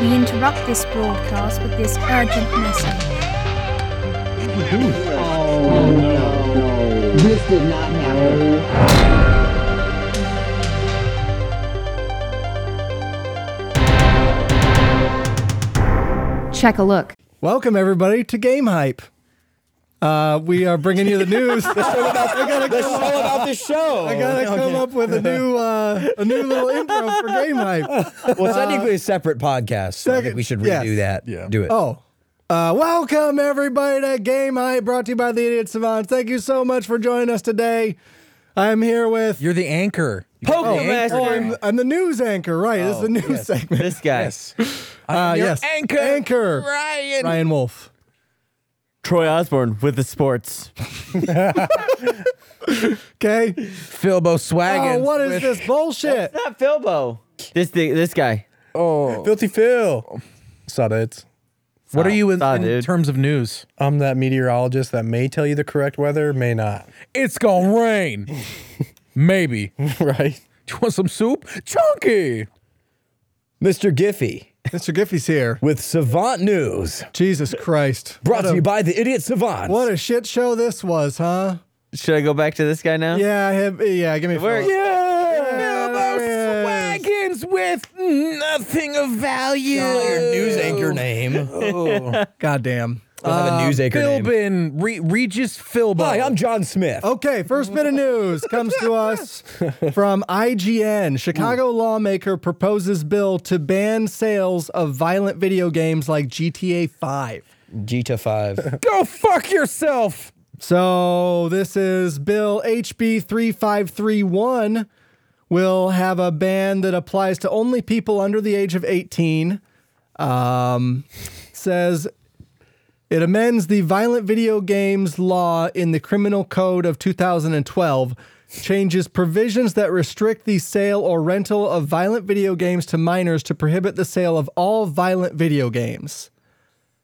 We interrupt this broadcast with this urgent message. Oh, no, no. This did not happen. Check a look. Welcome everybody to Game Hype. Uh, we are bringing you the news. I gotta, come, all about the show. I gotta come up with a new uh, a new little intro for Game Hype. Well, technically a separate podcast. So I second- think we should yes. redo that. Yeah. Do it. Oh. Uh, welcome everybody to Game Hype, brought to you by the Idiot Savants. Thank you so much for joining us today. I'm here with You're the anchor. Oh, Poker oh, I'm, I'm the news anchor, right? Oh, this is the news segment. This guy. Uh, yes, anchor, anchor, Ryan. Ryan Wolf. Troy Osborne with the sports. Okay. Philbo Oh, Swaggins. what is with- this bullshit? Not Philbo. This thing, this guy. Oh, Filthy Phil. Saw it. what are you in, Saw, in dude. terms of news? I'm that meteorologist that may tell you the correct weather, may not. It's gonna rain. Maybe. Do right? you want some soup? Chunky. Mr. Giffy Mr. Giffy's here. with Savant News, Jesus Christ. brought to you by the Idiot Savant. What a shit show this was, huh? Should I go back to this guy now? Yeah, him, yeah, give me Where- Philip. Yeah, Philbo Swaggins with nothing of value. your news anchor name? Don't Goddamn. have a news anchor name. Uh, Philbin, Re- Regis Philbin. Oh, Hi, I'm John Smith. Uh, Okay, first bit of news comes to us from IGN. Chicago lawmaker proposes bill to ban sales of violent video games like GTA 5. Gita Five. Go fuck yourself. So this is Bill HB 3531 will have a ban that applies to only people under the age of 18. Um, says it amends the violent video games law in the criminal code of 2012, changes provisions that restrict the sale or rental of violent video games to minors to prohibit the sale of all violent video games.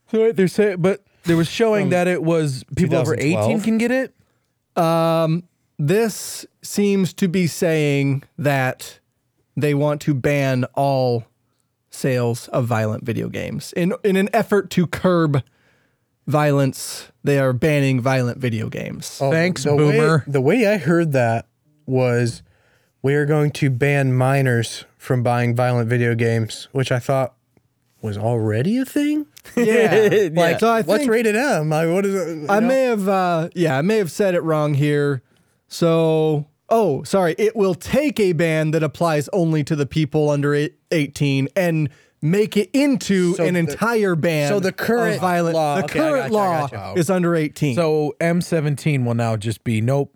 So wait, they're saying, but they were showing that it was people over 18 2012? can get it. this seems to be saying that they want to ban all sales of violent video games in in an effort to curb violence. They are banning violent video games. Thanks, Oh, the boomer. Way, the way I heard that was we are going to ban minors from buying violent video games, which I thought was already a thing. Yeah, like so I What's think rated M? I, what is it? I may have uh, yeah I may have said it wrong here. So oh sorry, it will take a ban that applies only to the people under eight- eighteen and make it into So an the- entire ban. so the current of violent law- the okay, I current gotcha, I Oh. law gotcha. is under eighteen. So M17 will now just be nope.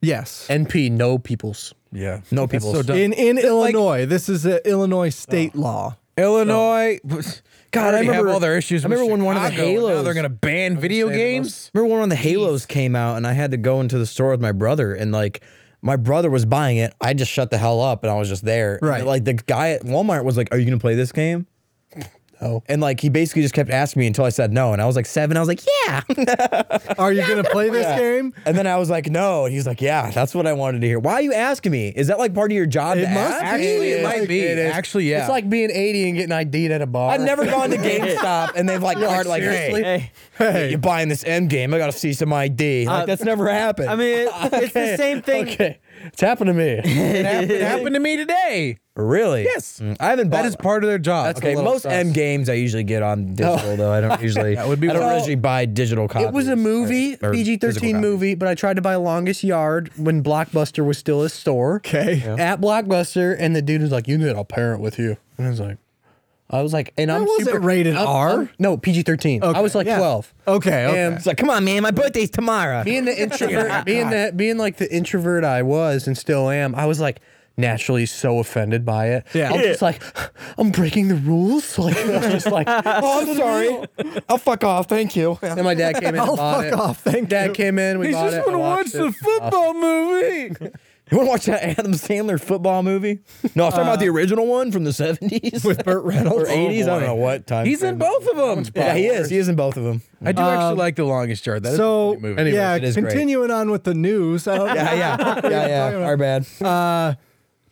Yes. NP, no Oh, peoples. Yeah, No That's people. So dumb. in in Illinois, this is an Illinois state Oh. law. Illinois. God, I already remember have all their issues. I remember with when one of the Chicago, and Now Halos- they're gonna ban video games. Remember when one of the Halos came out, and I had to go into the store with my brother, and like my brother was buying it. I just shut the hell up, and I was just there. And, Right. like the guy at Walmart was like, "Are you gonna play this game?" Oh. And like he basically just kept asking me until I said no, and I was like seven. I was like, "Yeah." Are you going to play this game? And then I was like, no. And he's like, yeah, that's what I wanted to hear. Why are you asking me? Is that like part of your job? to must ask? be. Actually, it is. might be. It is. Actually, yeah. It's like being 80 and getting ID'd at a bar. I've never gone to GameStop and they've like card like, seriously? hey, Hey, you're buying this M game. I got to see some ID. Like, Uh, that's never happened. I mean, it- it's the same thing. Okay. It's happened to me. it, happened, it happened to me today. really? Yes. Mm, I haven't bought. That is part of their job. Okay, most M games I usually get on digital though. I don't usually. that would be I don't well- usually buy digital copies. It was or- a movie, or PG physical 13 copies. movie, but I tried to buy Longest Yard when Blockbuster was still a store. Okay. At Blockbuster, and the dude was like, You need a parent with you. And I was like, I was like, and I'm That wasn't super rated I'm- R. I'm- no, PG 13. I was like yeah. 12. Okay, okay. And It's like, come on, man, my birthday's tomorrow. being the introvert, being the being like the introvert I was and still am, I was like naturally so offended by it. Yeah. I'm just like, I'm breaking the rules. Like, I was just like, oh, I'm sorry. I'll fuck off. Thank you. And my dad came in. I'll and bought fuck it. off, thank dad you. came in. We He's bought just it, gonna I watch watched the it. football movie. You want to watch that Adam Sandler football movie? No, I was talking about the original one from the 70s. With Burt Reynolds? Or 80s. I don't know what time. He's in frame. both of them. Yeah, he is. He is in both of them. I do Um, actually like the longest yard. That is a so great movie. yeah, it is great. continuing on with the news. I don't know. yeah. Yeah, yeah. Our bad. E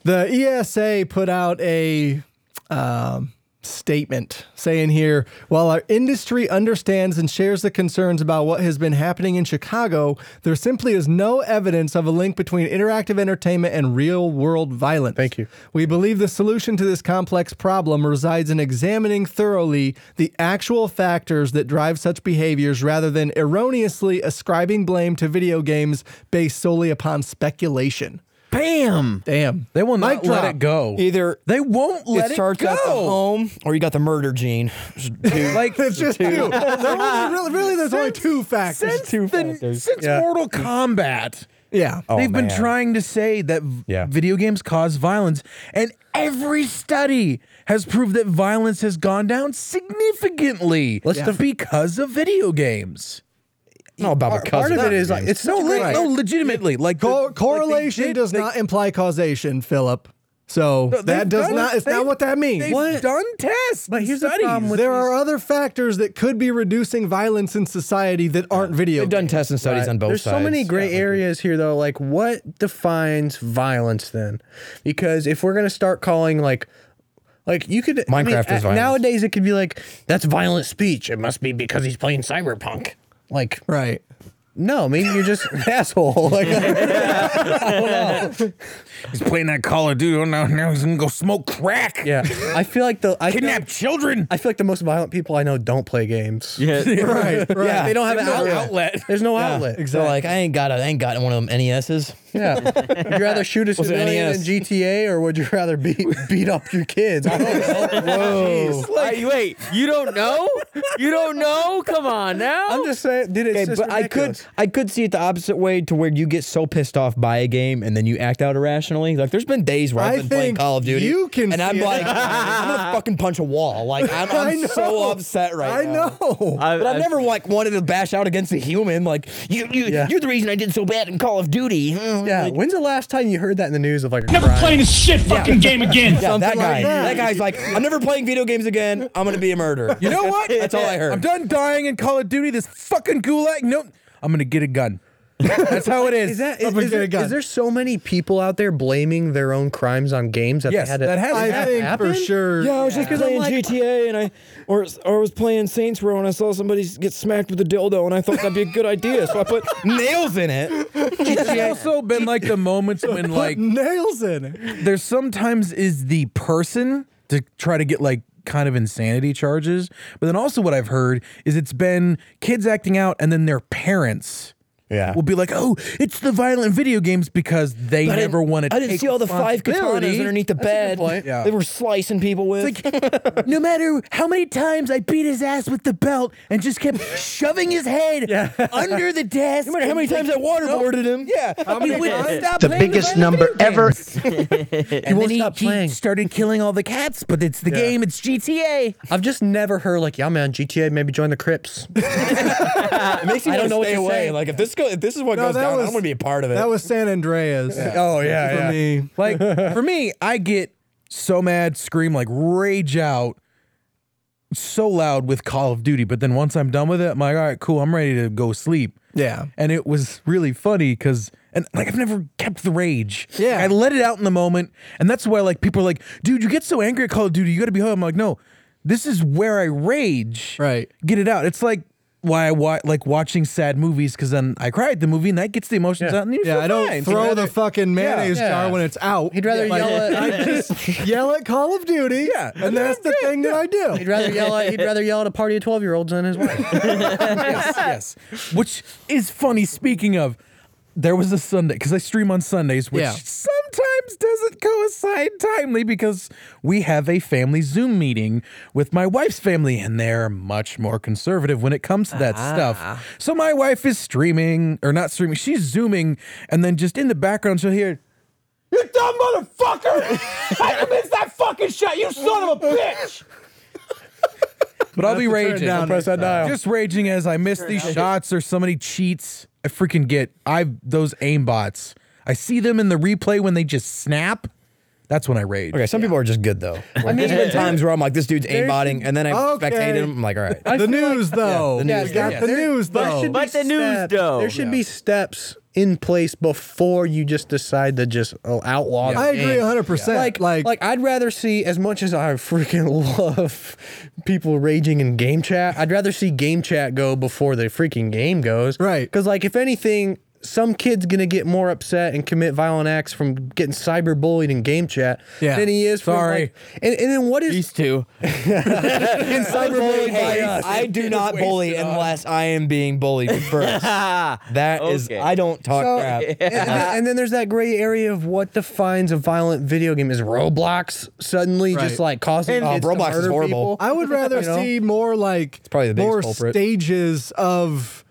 The ESA put out a um, statement saying here while our industry understands and shares the concerns about what has been happening in Chicago, there simply is no evidence of a link between interactive entertainment and real world violence. Thank you. We believe the solution to this complex problem resides in examining thoroughly the actual factors that drive such behaviors rather than erroneously ascribing blame to video games based solely upon speculation. Bam. Damn. They will Mic not let drop. it go. Either They won't let it starts go. at the home or you got the murder gene. Like It's just two. There's only- really, really, there's only two factors. Oh, since, the, since Yeah. Mortal Kombat, Yeah. they've been man. trying to say that v- Yeah. video games cause violence, and every study has proved that violence has gone down significantly Let's def- because of video games. No, about Part, because part of that. it is like it's No, no le- right. no, legitimately, like the- Co- like they correlation did- does they- not imply causation, Philip. So no, that they've does done- not. It's not they've- what that means. They've done tests, But and here's the problem studies. with- There are other factors that could be reducing violence in society that aren't video. They've done games. tests and studies on both There's sides. so many gray areas here, though. Like, what defines violence then? Because if we're gonna start calling like, like you could I mean, Minecraft is uh, violence. nowadays. It could be like that's violent speech. It must be because he's playing Cyberpunk. Like, right. no, maybe you're just an asshole. Like, He's playing that Call of Duty. Oh, now, now he's gonna go smoke crack. yeah, I feel like the I feel, Kidnap children. I feel like the most violent people I know don't play games. Yeah. Right. Right. Yeah, they don't have an There's no outlet. outlet. There's no outlet. So like, I ain't got a, I ain't got one of them NESs. Yeah, would you rather shoot a Was it civilian in NES? GTA or would you rather beat beat up your kids? I don't know. Whoa. Wait, wait, you don't know? You don't know? Come on now. I'm just saying, dude. It's Okay, just but I could ridiculous. I could see it the opposite way to where you get so pissed off by a game and then you act out irrationally. Like there's been days where I've I been playing think Call of Duty you can and I'm see it. like I'm gonna fucking punch a wall. Like I'm, I I'm know. so upset I right now. know. I- But I've I- never like wanted to bash out against a human. Like you, you, Yeah. you're the reason I did so bad in Call of Duty. Hmm. Yeah. When's the last time you heard that in the news of like? a Never crime? playing this shit fucking game again. Yeah, that Something guy. like that. that. guy's like, I'm never playing video games again. I'm gonna be a murderer. You know what? That's all I heard. I'm done dying in Call of Duty. This fucking gulag. Nope. I'm gonna get a gun. That's how it is. Is that Someone is, is, get there, a gun. is there so many people out there blaming their own crimes on games that Yes, they had to, that has I that think happened? for sure. Yeah, I was just playing GTA and I, or or I was playing Saints Row and I saw somebody get smacked with a dildo and I thought that'd be a good idea, so I put nails in it. It's also been like the moments when like Nails in it. there sometimes is the person to try to get like kind of insanity charges, but then also what I've heard is it's been kids acting out and then their parents. Yeah. Will be like, oh, it's the violent video games because they I didn't- never want to. I didn't see all the five katanas underneath the bed. point. Yeah. They were slicing people with. like, no matter how many times I beat his ass with the belt and just kept shoving his head under the desk. No matter how many times I waterboarded him. Yeah, he wouldn't stop The playing biggest violent number video ever. games. and then won't he, stop he playing. started killing all the cats, but it's the game. It's GTA. I've just never heard like, yeah, man, GTA maybe join the Crips. It makes me I want don't to know what stay to away. say. Like if this go, if this is what No, goes that down, I was- don't want to be a part of it. That was San Andreas. Oh yeah, For me. Like for me, I get so mad, scream like rage out so loud with Call of Duty, but then once I'm done with it, I'm like, all right, cool, I'm ready to go sleep. Yeah. And it was really funny because and like I've never kept the rage. Yeah. I let it out in the moment. And that's why like people are like, dude, you get so angry at Call of Duty, you gotta be home. I'm like, no, this is where I rage. Right. Get it out. It's like why I wa- like watching sad movies because then I cry at the movie and that gets the emotions out. And you Yeah, feel I don't fine. throw the fucking mayonnaise Yeah. jar when it's out. He'd rather Like, yell at- I just yell at Call of Duty. Yeah, and that's the thing that I do. He'd rather yell at he'd rather yell at a party of twelve year olds than his wife. yes, yes. Which is funny. Speaking of, there was a Sunday because I stream on Sundays, which Yeah. sometimes doesn't coincide timely because we have a family Zoom meeting with my wife's family, and they're much more conservative when it comes to that Ah. stuff. So my wife is streaming or not streaming; she's zooming, and then just in the background, she'll hear. You dumb motherfucker! How you miss that fucking shot, you son of a bitch! But I'll be raging. down. Press that I'm Just raging as I miss these shots or somebody cheats. I freaking get I those aim bots. I see them in the replay when they just snap. That's when I rage. Okay, some people are just good though. I mean, there's been times where I'm like, this dude's aimbotting, and then I Okay. spectate him. I'm like, all right. the Oh, news, though. the news, we got yeah. the news, though. should be But the news, steps- though. There should be steps in place before you just decide to just uh, outlaw. the I agree game. 100%. Like, like, I'd rather see as much as I freaking love people raging in game chat. I'd rather see game chat go before the freaking game goes. Right. Because, like, if anything, some kid's gonna get more upset and commit violent acts from getting cyberbullied in game chat Yeah. than he is. from, Sorry. like- and, and then what is These two. And cyberbullied by Hey, us. I do not wasted bully on- unless I am being bullied first. That is, Okay. I don't talk So- crap. and, and then, and then there's that gray area of what defines a violent video game. Is Roblox suddenly just Right. like uh, causing And- kids to Roblox is murder horrible. people? I would rather You know? see more like probably the biggest more culprit. stages of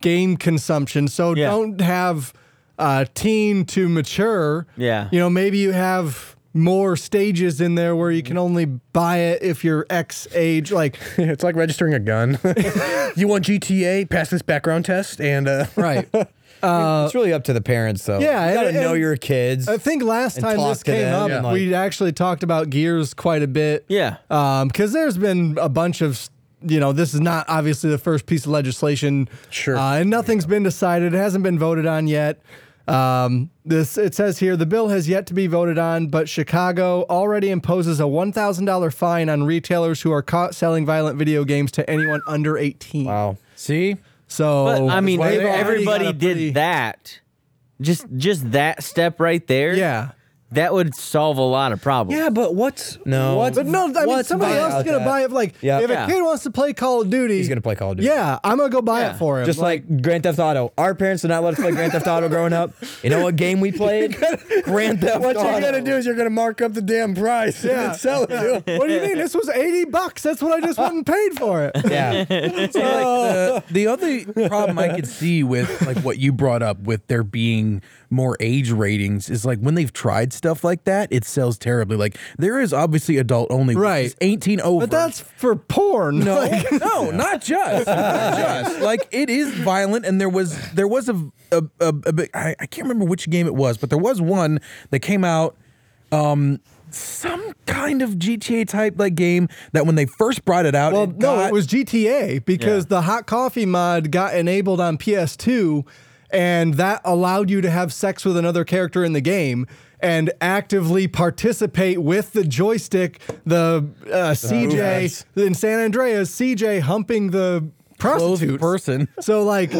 game consumption. So Yeah. don't have uh, teen to mature. Yeah. You know, maybe you have more stages in there where you can only buy it if you're X age. Like, it's like registering a gun. you want GTA? Pass this background test, and uh, right. it's really up to the parents, though. yeah, you gotta and- know and- your kids. I think last and time talk this to came them up, and, like- we actually talked about gears quite a bit. Yeah. Because there's been a bunch of, you know, this is not obviously the first piece of legislation. Sure. Uh, and nothing's been decided. It hasn't been voted on yet. Um, this it says here the bill has yet to be voted on, but Chicago already imposes a one thousand dollar fine on retailers who are caught selling violent video games to anyone under eighteen. wow. See? So But I mean, they've ev- Oh, already everybody got a did pretty- that. Just just that step right there. Yeah. That would solve a lot of problems. yeah, but what's No. What's, But no, I mean what's somebody violent else is gonna that? buy it. Like, Yeah. if Yeah. a kid wants to play Call of Duty, He's gonna play Call of Duty. Yeah, I'm gonna go buy Yeah. it for him. Just like, Grand Theft Auto. Our parents did not let us play Grand Theft Auto growing up. You know what game we played? Grand Theft What Auto. you're gonna do is you're gonna mark up the damn price yeah. and sell it. to 'em. what do you mean? This was eighty bucks. That's what I just went and paid for it. Yeah. the, the other problem I could see with like what you brought up with there being more age ratings is like when they've tried stuff like that, it sells terribly. Like there is obviously adult only, which Right. is Eighteen over, But that's for porn. no, Like, no, not just, not just. Like it is violent, and there was there was a a, a, a big, I, I can't remember which game it was, but there was one that came out. Um, some kind of GTA type like game that when they first brought it out, well, it no, got- it was GTA because Yeah. the hot coffee mod got enabled on PS2, and that allowed you to have sex with another character in the game and actively participate with the joystick. The uh, CJ in San Andreas, CJ humping the prostitute clothed person. So like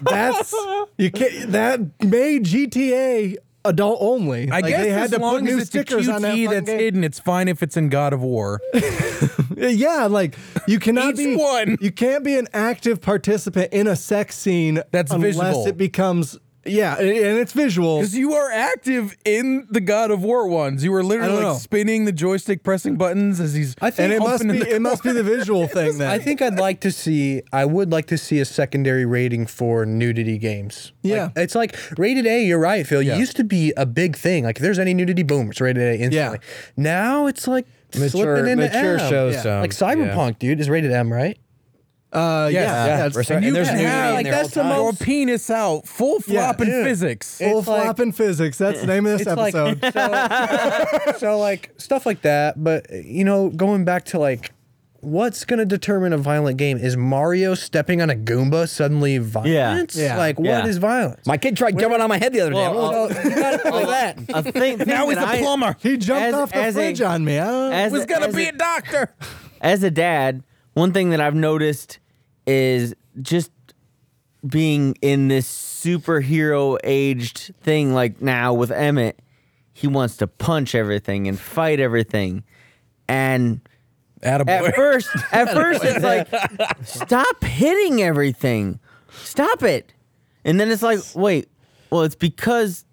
that's you can that made GTA adult only. I like, guess they as had to long put new as it's a stickers on that QTE fucking that's game. hidden, it's fine if it's in God of War. Yeah, like you cannot Each be one. You can't be an active participant in a sex scene That's unless visual. it becomes yeah, and and it's visual. Because you are active in the God of War ones. You are I literally don't like know. spinning the joystick, pressing buttons as he's. I And think it must humping be in the it must be the visual thing then. I think I'd like to see. I would like to see a secondary rating for nudity games. Like, Yeah. it's like rated A. You're right, Phil. It used to be a big thing. Like if there's any nudity, boom, it's rated A instantly. Now it's like Mature, slipping into mature M. shows. Yeah. some. Like Cyberpunk, dude, is rated M, right? uh yeah, Yeah. yeah, Yeah, it's we're sorry. And you there's can nudity have in like there that's all the the time. most penis out, full flop in dude. physics. full it's like- flop in physics. That's the name of this it's like- episode. so, so, like stuff like that. But you know, going back to like what's gonna determine a violent game is Mario stepping on a Goomba suddenly violent? Yeah. Like what is Yeah. violence? My kid tried jumping on my head the other day. Well, I'm like, I'll- "Oh, you gotta play that. A thing, thing now he's that a I- plumber. he jumped as- off the as a- fridge on me. I don't know. as was a- gonna as be a- a doctor. as a dad, one thing that I've noticed is just being in this superhero aged thing like now with Emmett, he wants to punch everything and fight everything. And at Attaboy. first, at first it's like stop hitting everything. Stop it. And then it's like, wait, well it's because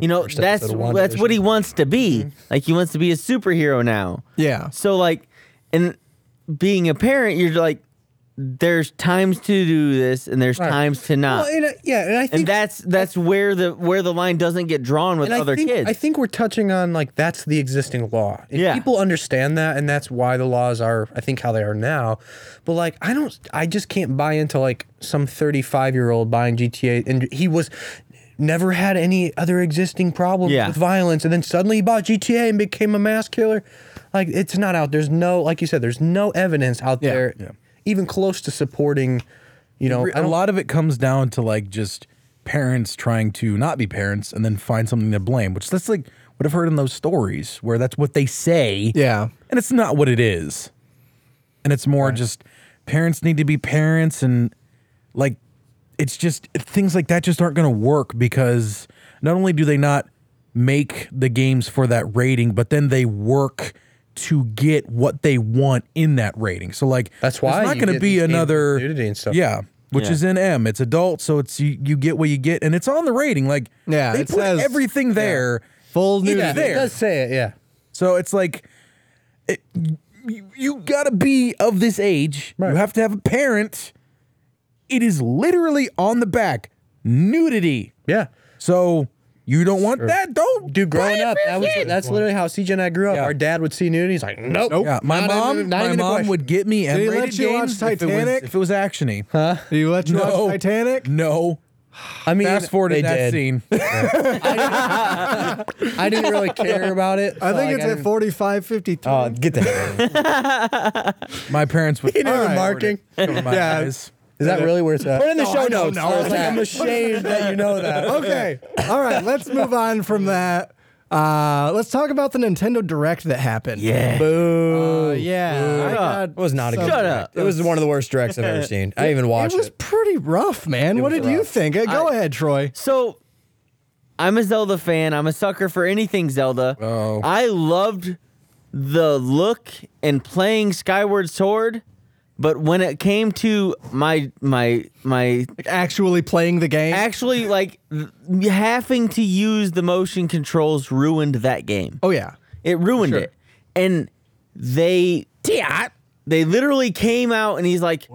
you know, first that's episode of WandaVision. Mm-hmm. that's what he wants to be. Like he wants to be a superhero now. yeah. So like, and being a parent, you're like, there's times to do this and there's times to not, Well, and, uh, yeah, and I think and that's that's where the where the line doesn't get drawn with and other I think, kids. I think we're touching on like that's the existing law. And Yeah. People understand that, and that's why the laws are, I think, how they are now. But like, I don't, I just can't buy into like some 35 year old buying GTA, and he was. never had any other existing problems Yeah. with violence, and then suddenly he bought GTA and became a mass killer. Like it's not out. There's no, like you said, there's no evidence out Yeah. there, even close to supporting. You know, I a don't- lot of it comes down to like just parents trying to not be parents and then find something to blame, which that's like what I've heard in those stories where that's what they say. Yeah. And it's not what it is. And it's more just parents need to be parents and like it's just things like that just aren't going to work because not only do they not make the games for that rating, but then they work to get what they want in that rating. So like That's why it's not you going to get be these games with another nudity and stuff. Yeah, which Yeah. is in M. It's adult, so it's you, you get what you get, and it's on the rating. Like Yeah, they it put says- everything there. Full nudity. yeah, it there. does say it. Yeah, So it's like it, you, you gotta be of this age. You have to have a parent. It is literally on the back nudity. yeah. So you don't want that. Don't Dude, growing buy it up, for your that was kid. that's literally how CJ and I grew up. Yeah. Our dad would see nudity. He's like, nope. Nope. Yeah, my Not mom, even- not my even a mom question. would get me he M-rated let you watch games Titanic? if it was, if it was actiony. Huh? Do you let you No. watch Titanic? No. I mean, Fast forward they to that did. scene. I didn't really care about it. I so, think like, it's I at didn't- 4553. Uh, get the hell out of here. My parents would. didn't have Alright. marking. Cover my Yeah. eyes. Is that really where it's at? Put it in the show notes. I was like, I'm ashamed that you know that. okay. All right. Let's move on from that. Uh, let's talk about the Nintendo Direct that happened. Yeah. Uh, yeah. I got- It was not a good. Shut direct. up. It was one of the worst directs I've ever seen. I even it watched was it. pretty rough, man. what was did you rough. think? Uh, Go ahead, Troy. So I'm a Zelda fan. I'm a sucker for anything Zelda. Oh. I loved the look and playing Skyward Sword, but when it came to my my my Actually playing the game. actually like th- having to use the motion controls ruined that game. oh yeah. It ruined it. And they they literally came out and he's like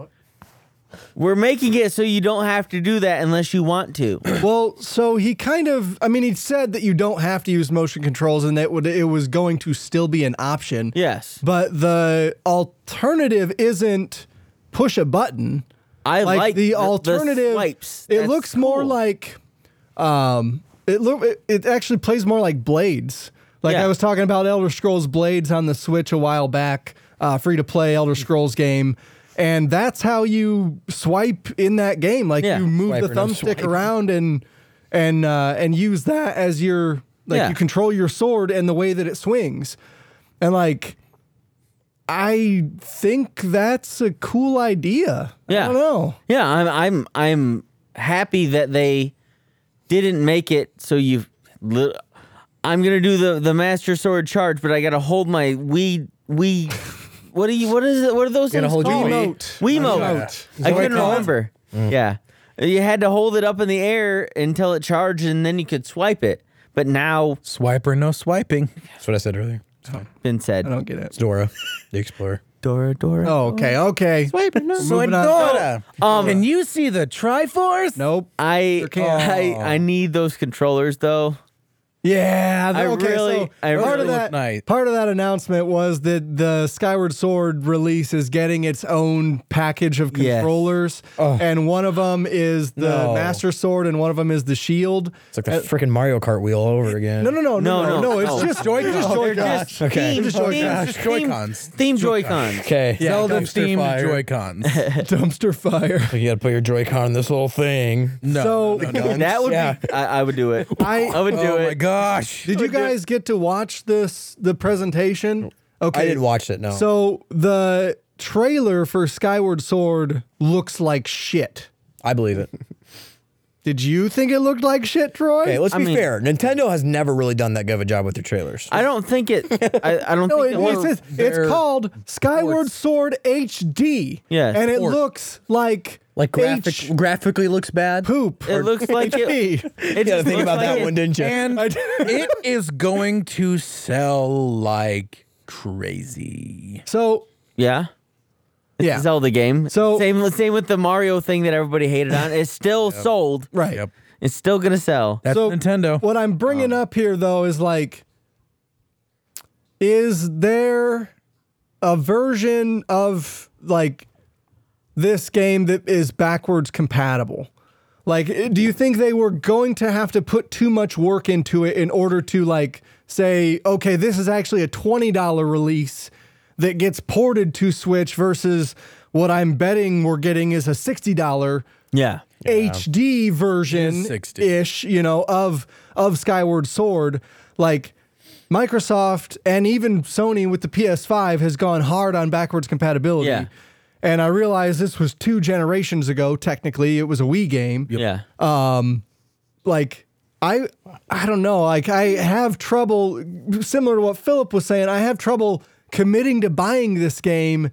We're making it so you don't have to do that unless you want to. Well, so he kind of, I mean, he said that you don't have to use motion controls and that would, it was going to still be an option. Yes. But the alternative isn't push a button. I like, like, the alternative. swipes. It That's looks more cool. like, um, it look it, it actually plays more like Blades. Like Yeah. I was talking about Elder Scrolls Blades on the Switch a while back, uh, free to play Elder Scrolls game, and that's how you swipe in that game. Like Yeah. you move Swipe the or no thumbstick swipe. around and and uh, and use that as your like Yeah. you control your sword and the way that it swings, and like. I think that's a cool idea. Yeah. I don't know. Yeah, I'm I'm I'm happy that they didn't make it so you li- I'm going to do the the master sword charge, but I got to hold my we we what do you what is it what are those Gotta things hold your called? Wiimote. Wiimote. Wiimote. I what couldn't it's called? remember. Mm. Yeah. You had to hold it up in the air until it charged and then you could swipe it. But now Swipe or no swiping. That's what I said earlier. been I said. don't get it. Dora, the explorer. Dora Dora. Oh, okay, okay. Moving on. Dora, Um, can you see the Triforce? Nope. I, Sure I can. I need those controllers though. Yeah. I okay, really- so I part really of that nice. part of that announcement was that the Skyward Sword release is getting its own package of Yes. controllers, and one of them is the No. Master Sword, and one of them is the Shield. It's like the freaking Mario Kart wheel all over again. No, no, no, no, no, no. It's just Joy-Con. It's just Joy-Con. Oh, Just Okay. Theme, Just Joy-Cons. theme- Just theme- Joy-Cons. Theme Joy-Cons. Okay. Zelda dumpster themed fire. Joy-Cons. dumpster fire. You gotta put your Joy-Con in this little thing. No. So- no, no, no. That would Yeah. be. I, I would do it. I- I, would do oh my it. gosh. Did you guys get to watch this the presentation? Okay. I didn't watch it, no. So the trailer for Skyward Sword looks like shit. I believe it. Did you think it looked like shit, Troy? Okay, let's I be mean- fair. Nintendo has never really done that good of a job with their trailers. I don't think it. I, I don't no, it, think it it works. says- their it's called Skyward Sword HD. Yes. and it Sports. looks like Like graphic, H graphically looks bad. poop. It looks like it. HP. It You just gotta think looks about like that it- one, didn't you? And I did- it is going to sell like crazy. So Yeah. yeah, Zelda game. So- same same with the Mario thing that everybody hated on. It's still sold. right. Yep. It's still gonna sell. That's So Nintendo. What I'm bringing up here though is like, is there a version of like this game that is backwards compatible? Like, do you think they were going to have to put too much work into it in order to like say, okay, this is actually a twenty dollar release that gets ported to Switch versus what I'm betting we're getting is a sixty dollar Yeah. HD version 60. ish, you know, of of Skyward Sword. Like Microsoft and even Sony with the PS5 has gone hard on backwards compatibility. Yeah. And I realize this was two generations ago. Technically, it was a Wii game. Yeah. Like I, I don't know. Like I have trouble. Similar to what Philip was saying, I have trouble committing to buying this game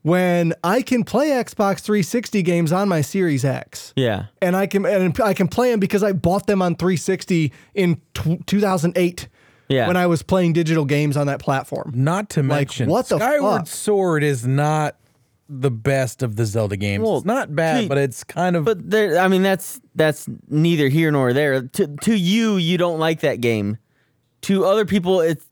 when I can play Xbox 360 games on my Series X yeah. and I can and I can play them because I bought them on 360 in tw 2008. Yeah. when I was playing digital games on that platform. Not to mention, what the Skyward fuck? Sword is not the best of the Zelda games. Well, it's not bad, gee, but it's kind of. But there, I mean, that's that's neither here nor there. To to you, you don't like that game. To other people, it's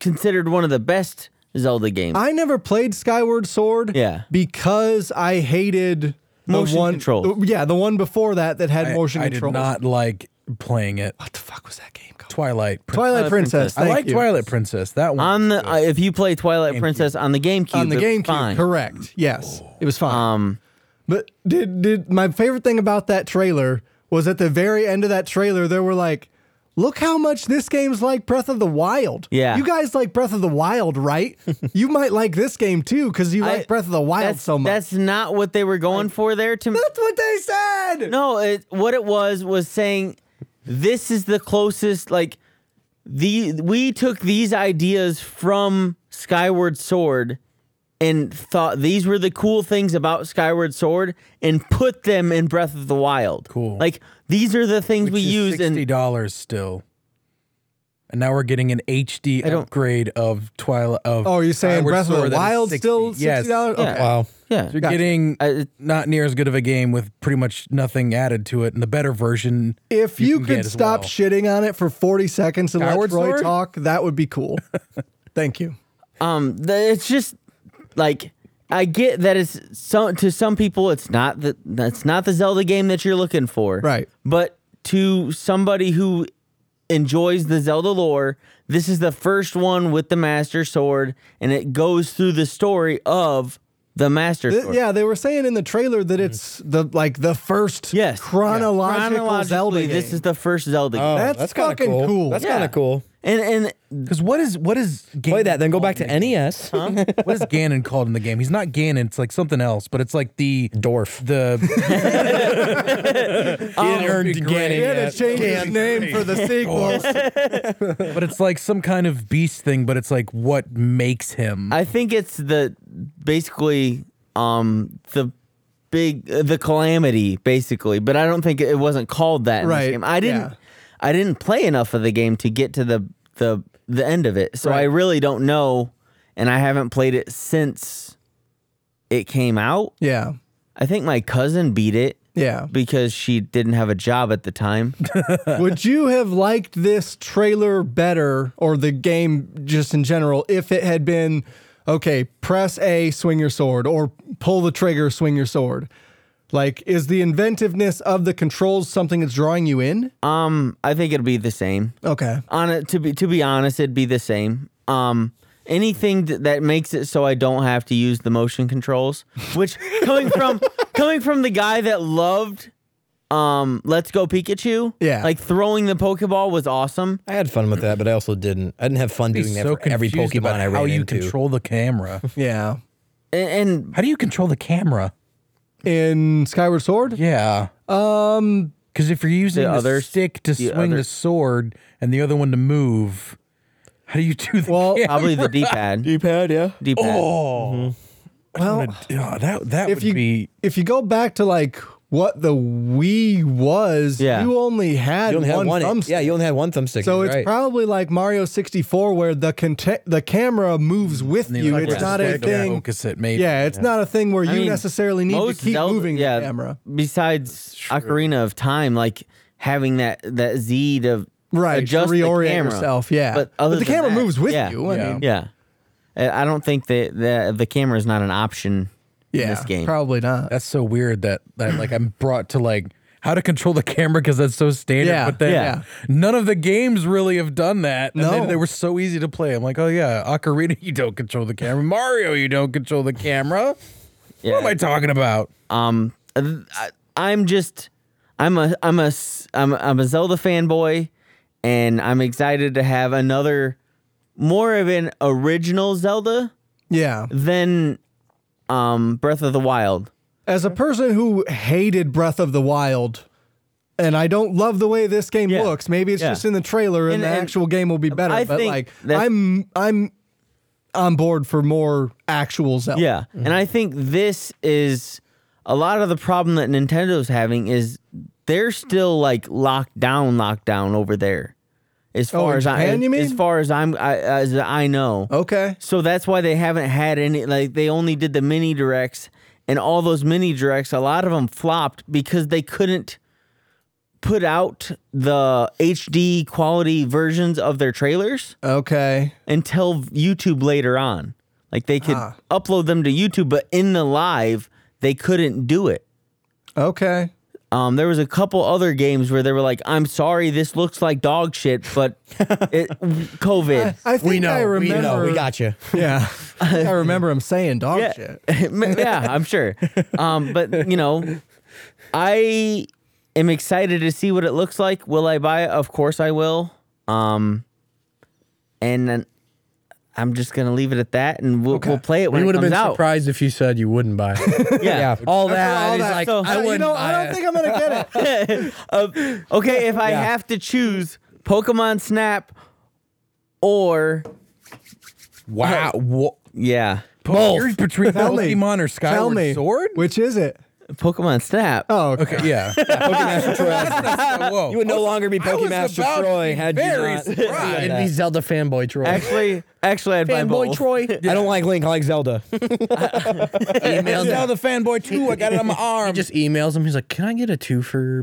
considered one of the best Zelda games. I never played Skyward Sword. Yeah. because I hated the Motion one, uh, controls. Yeah, the one before that that had I, motion I did controls. not like playing it. What the fuck was that game called? Twilight. Prin- Twilight Princess. Princess. I thank like you. Twilight Princess. That one. on the I if you play Twilight Princess on the GameCube, on the it's GameCube. fine. Correct. Yes, it was fine. Um, But did did my favorite thing about that trailer was at the very end of that trailer they were like, "Look how much this game's like Breath of the Wild." Yeah. you guys like Breath of the Wild, right? you might like this game too because you I- like Breath of the Wild that's so much. that's not what they were going for there. To me, That's what they said. No, it, what it was was saying this is the closest like the we took these ideas from Skyward Sword and thought these were the cool things about Skyward Sword and put them in Breath of the Wild. Cool. Like these are the things we which is use sixty and dollars still. And now we're getting an HD I don't- upgrade of Twilight. Of Oh, you're saying Skyward Breath of the Sword that is Wild still Yes. $60? Yeah. Okay. Wow. yeah. So you're getting I- it- not near as good of a game with pretty much nothing added to it, and the better version. If you you, can get could as stop well. shitting on it for 40 seconds and Skyward let Roy Sword? talk, that would be cool. Thank you. Um, th- it's just like I get that it's some to some people it's not the that's not the Zelda game that you're looking for, Right. But to somebody who enjoys the Zelda lore, this is the first one with the Master Sword, and it goes through the story of the Master Th- Sword. yeah, they were saying in the trailer that it's the like the first Yes. chronological Chronologically, Zelda. this game. is the first Zelda. Oh, game. That's kinda fucking cool. That's Yeah. kind of cool. And and Because what is what is Ganon Play that, then go called back to E in the game? NES. What is Ganon called in the game? He's not Ganon. It's like something else, but it's like the Dwarf. the It earned be great. Ganon He had to yet. change his name for the sequel. but it's like some kind of beast thing. But it's like what makes him. I think it's the basically um the big uh, the calamity basically, but I don't think it wasn't called that in Right, this game. I didn't yeah. I didn't play enough of the game to get to the the the end of it. So Right. I really don't know and I haven't played it since it came out. yeah, I think my cousin beat it yeah. because she didn't have a job at the time. Would you have liked this trailer better or the game just in general if it had been okay, press A, swing your sword, or pull the trigger, swing your sword? Like, is the inventiveness of the controls something that's drawing you in? um I think it'll be the same. Okay. on it to be to be honest it'd be the same um anything th- that makes it so i don't have to use the motion controls which coming from coming from the guy that loved um let's go pikachu Yeah. like throwing the pokeball was awesome I had fun with that, but I also didn't. I didn't have fun Be doing that so for every confused Pokemon about I ran how you into. control the camera. Yeah. A- and, How do you control the camera? In Skyward Sword? Yeah. Um. Because if you're using The the, other- stick to the swing other- the sword and the other one to move, how do you do that? Well, probably the d-pad D-pad, yeah. d-pad Oh, well, that that if would you be if you go back to like what the Wii was, Yeah. you only had You only one, had one. thumbstick. yeah, you only had one thumbstick. So you're it's right. probably like Mario 64 where the conte- the camera moves with you. It's Yeah. not a Stick to thing. Focus it, maybe. Yeah, it's not a thing where you I mean, necessarily need to most keep Zelda- moving yeah, the camera. Besides Ocarina of Time, like having that that Z to Right, to adjust reorient the camera. yourself, yeah. but, But other the than camera that, moves with yeah, you, I yeah. mean. yeah, I I don't think that the the camera is not an option Yeah, in this game. probably not. That's so weird that that like I'm brought to like how to control the camera because that's so standard. Yeah, but then yeah. none of the games really have done that. And No. then they were so easy to play. I'm like, oh yeah, Ocarina, you don't control the camera. Mario, you don't control the camera. What am I talking about? Um, I, I'm just, I'm a, I'm a, s- I'm, I'm a Zelda fanboy, and I'm excited to have another, more of an original Zelda Yeah. than, um, Breath of the Wild. As a person who hated Breath of the Wild, and I don't love the way this game Yeah. looks. Maybe it's Yeah. just in the trailer, and, And- the and actual game will be better. I but think like, that- I'm I'm on board for more actual Zelda. Yeah, and Mm-hmm. I think this is a lot of the problem that Nintendo's having is they're still like locked down, locked down over there. As Oh, far in as I, Japan, you as mean? Oh. far as I'm, I, as I know. Okay. So that's why they haven't had any. Like they only did the mini directs, and all those mini directs, a lot of them flopped because they couldn't put out the HD quality versions of their trailers Okay. until YouTube later on. Like they could upload them to YouTube, but in the live they couldn't do it. Okay. Um, there was a couple other games where they were like, "I'm sorry, this looks like dog shit," but it, COVID. I think we know. I remember. We know. We got you. Yeah. I, think I remember him saying dog yeah, shit. yeah, I'm sure. Um, but you know, I am excited to see what it looks like. Will I buy it? Of course I will. Um, and then I'm just gonna leave it at that, and we'll, we'll play it when We it would have comes been out. surprised if you said you wouldn't buy. it. yeah. all that. all he's that, like, so- I You wouldn't. You know, I buy don't it. think I'm gonna get it. of okay, if I Yeah. have to choose Pokemon Snap or Wow. Wha- yeah, Both. You're between Tell me. Pokemon Tell or Skyward me. Sword? Which is it? Pokemon Snap. Oh, okay. Okay, yeah. Whoa. You would no longer be I was about Pokemaster to Troy be had you very not. surprised. It'd be Zelda fanboy Troy. Actually, actually, I'd buy both. I don't like Link. I like Zelda. Email the fanboy too. I got it on my arm. Just emails him. He's like, "Can I get a two for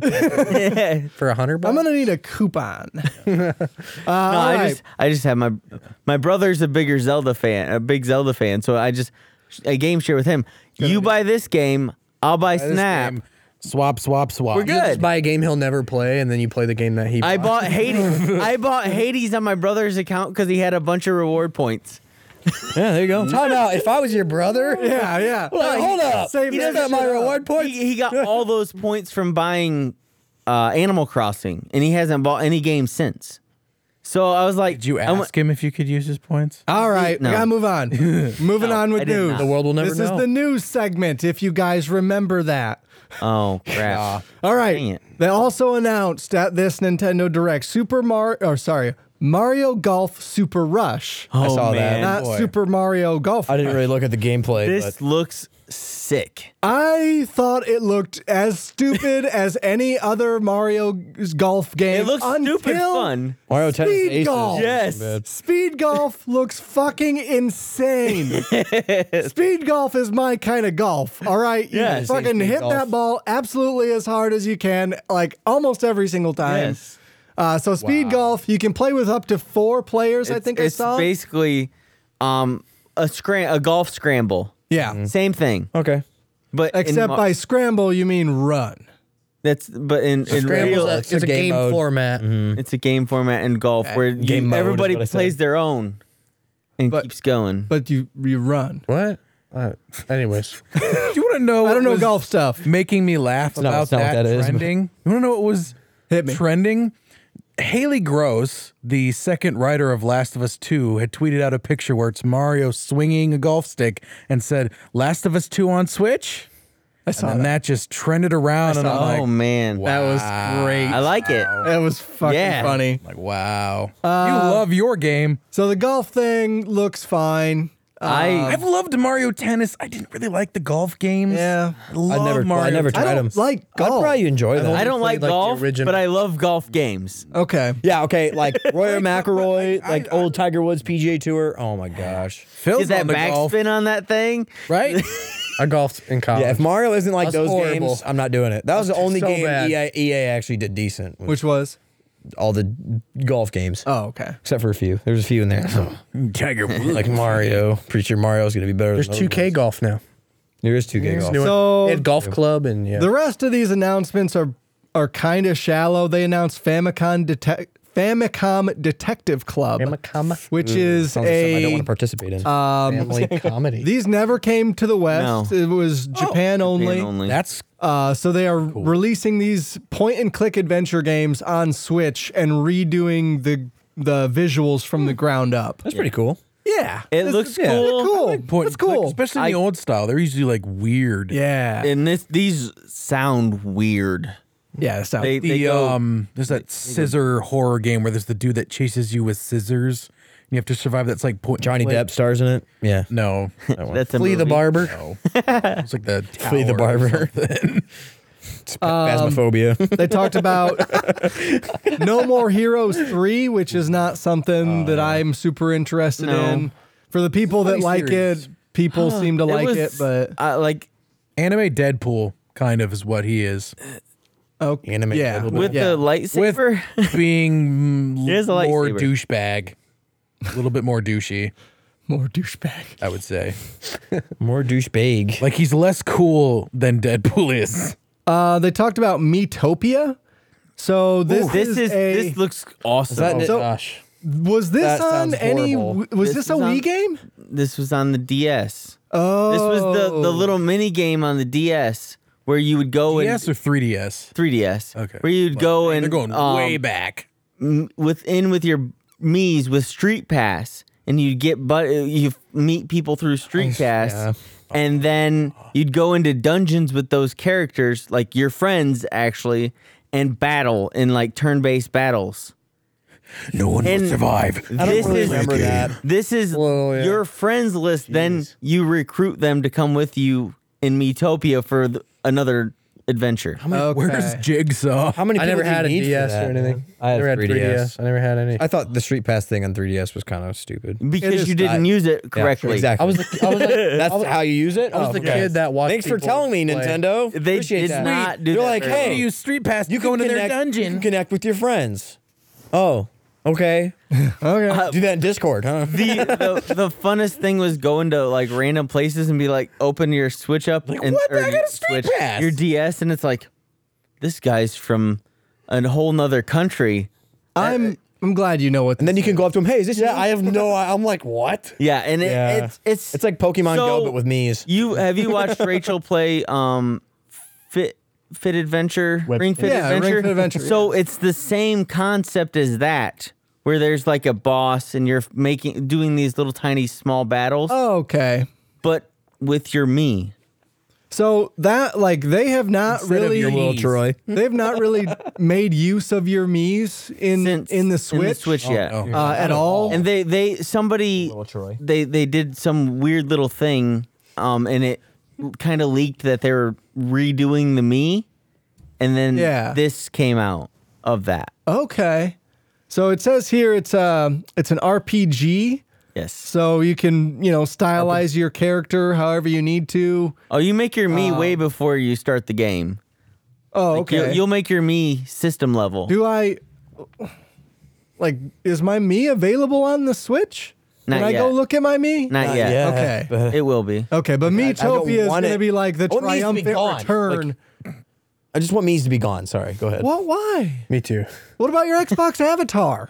for a hundred bucks?" I'm gonna need a coupon. uh, No, all I right. just I just have my my brother's a bigger Zelda fan, a big Zelda fan. So I just a game share with him. you buy this game, I'll buy This Snap. game. Swap, swap, swap. We're You'll good. Just buy a game he'll never play, and then you play the game that he. I bought bought. Hades. I bought Hades on my brother's account because he had a bunch of reward points. Yeah, there you go. Time out. If I was your brother, yeah, Ah, yeah. Well, hold up. Save He that shit doesn't- my up. reward points? He, he got all those points from buying uh, Animal Crossing, and he hasn't bought any game since. So I was like, Did you I went- ask him if you could use his points? All right, No. we gotta move on. Moving on I with did news. not. the world will never this know. is the news segment, if you guys remember that. oh crap! All Dang it. right. They also announced at this Nintendo Direct Super Mario, or sorry, Mario Golf Super Rush. Oh, saw man. that. not Super Mario Golf. I didn't really look at the gameplay. This but looks sick. I thought it looked as stupid as any other Mario g- golf game. It looks until stupid fun. Mario Tennis Speed Aces. golf. Yes. Speed golf looks fucking insane. Speed golf is my kind of golf. All right, you Yes. fucking hit that ball absolutely as hard as you can, like almost every single time. Yes. Uh, so speed golf, you can play with up to four players. I It's- think it's I saw. basically um, a scram- a golf scramble. yeah, Mm. Mm. Same thing, Okay. but in except Mar- by scramble you mean run. that's but in, in Scramble's real a- it's, a game, mode. format. it's a game format in golf where you- Game mode is everybody what I said. plays their own and But- keeps going. But you you run. What? Uh, anyways, Do you want to know? I don't what know was golf stuff. Making me laugh not- about it's not what that, that is, but- trending. You want to know what was Hit me. trending? Haley Gross, the second writer of Last of Us 2, had tweeted out a picture where it's Mario swinging a golf stick and said, "Last of Us 2 on Switch." I saw and then that. just trended around, and I'm like, oh man, That was great. I like it. That was fucking Yeah. funny. like wow, you Uh, love your game. So the golf thing looks fine. I I've loved Mario Tennis. I didn't really like the golf games. Yeah. I, love never- I Mario never I tried Tennis. don't Adam. like I'd golf. probably enjoy that. I don't like played, like, the golf, original. but I love golf games. okay. yeah, okay, like Roy McIlroy, I- like I- old Tiger Woods PGA Tour. Oh my gosh. Phil's Is that on the golf, backspin on that thing? right? I golfed in college. Yeah, if Mario isn't like That's those horrible. games, I'm not doing it. That was the only so game E EA, bad. EA actually did decent. With Which was? all the golf games, Oh, okay. except for a few. There's a few in there. Tiger Woods. like Mario. Pretty sure Mario's gonna be better. There's than those two K ones. golf now. There is two K golf. New one. So- They had golf club and yeah. The rest of these announcements are are kind of shallow. They announced Famicom Detec- Famicom Detective Club, Famicom? which is Sounds like something I don't a want to participate in. Um, Family comedy. these never came to the West. No. It Oh. was Japan only. only. That's Uh, so they are releasing these point and click adventure games on Switch and redoing the the visuals from the ground up. That's pretty cool. Yeah, It This- looks yeah. cool. Cool. point. That's cool. especially in the old style. They're usually like weird. yeah, and this these sound weird. yeah. It sounds They The they go um, there's that scissor horror game where there's the dude that chases you with scissors, and you have to survive. That's like point. Johnny like- Depp stars in it. Yeah. No, that's a Flee the movie. barber. it's like the Flee the Tower or barber. It's Phasmophobia. Um, They talked about No More Heroes 3, which is not something that I'm super interested No. in. For the people that Funny like series. it, people seem to like was- it, but uh, like Anime Deadpool kind of is what he is, okay. Anime oh, yeah. Deadpool. with Yeah. the lightsaber. being He has a mm, more lightsaber. douchebag, a little bit more douchey, More douchebag. I would say. More douchebag. Like he's less cool than Deadpool is. Uh, they talked about Metopia. So this, this is, is a, this looks awesome. it? So- gosh. was this that on sounds any horrible. was This this, a is on- Wii game? this was on the DS. Oh. This was the, the little mini game on the DS where you would go DS and or 3DS? 3DS. Okay. Where you'd go and They're going um, way back. m- within with your Mii's with Street Pass, and you'd get but you meet people through Street Pass, and then you'd go into dungeons with those characters, like your friends actually, and battle in like turn-based battles. No one And I don't This really is- remember that. This is Well, yeah. your friends list. Then Jeez. you recruit them to come with you in Metopia for th- another adventure. Okay. Where's Jigsaw? How many I never people do you had a need for DS that, or anything. man? I had never 3DS. I never had any. I thought the Street Pass thing on 3DS was kind of stupid. Because is you didn't not- use it Yeah, sure, correctly. exactly. I was, the, I was like, That's I was- how you use it. I was Oh, the okay. kid that watched. Thanks for people telling me, play. Nintendo. They Appreciate did that. not do They're that like, very well. hey, use Street Pass you to go can into their connect, You dungeon. can connect with your friends. Oh, okay. Uh, Okay. Do that in Discord, huh? the, the the funnest thing was going to like random places and be like, open your Switch up and what the or heck your is Street Switch, Pass? your DS, and it's like, this guy's from a whole nother country. I'm I'm glad you know what And then you can go up to him. Hey, is this? Yeah, I have no. I'm like, what? Yeah, and it, Yeah. it's it's It's like Pokemon So- Go, but with me's. you have you watched Rachel play um fit fit adventure ring fit Yeah, Ring adventure Fit Adventure, so it's the same concept as that where there's like a boss and you're making doing these little tiny small battles Oh. Okay. but with your me So that like they have not Instead of really your little Troy. They've not really made use of your Mii's in since in the Switch in the Switch yet no. uh, at all. And they they somebody they they did some weird little thing, um, and it kind of leaked that they were redoing the me, and then Yeah. this came out of that. okay. So it says here it's a it's an RPG. Yes. So you can you know stylize your character however you need to. Oh, you make your me way before you start the game. Oh, You- Uh, okay. you'll make your me system level. Do I like is my Mii available on the Switch? Not can I go yet. look at my Mii? Not, yet. Okay. It will be. Okay, but Miitopia is going want to it. be like the I want Mii's to be triumphant gone. return. I just want me's to be gone. Sorry. Go ahead. what? Why? Me too. What about your Xbox avatar?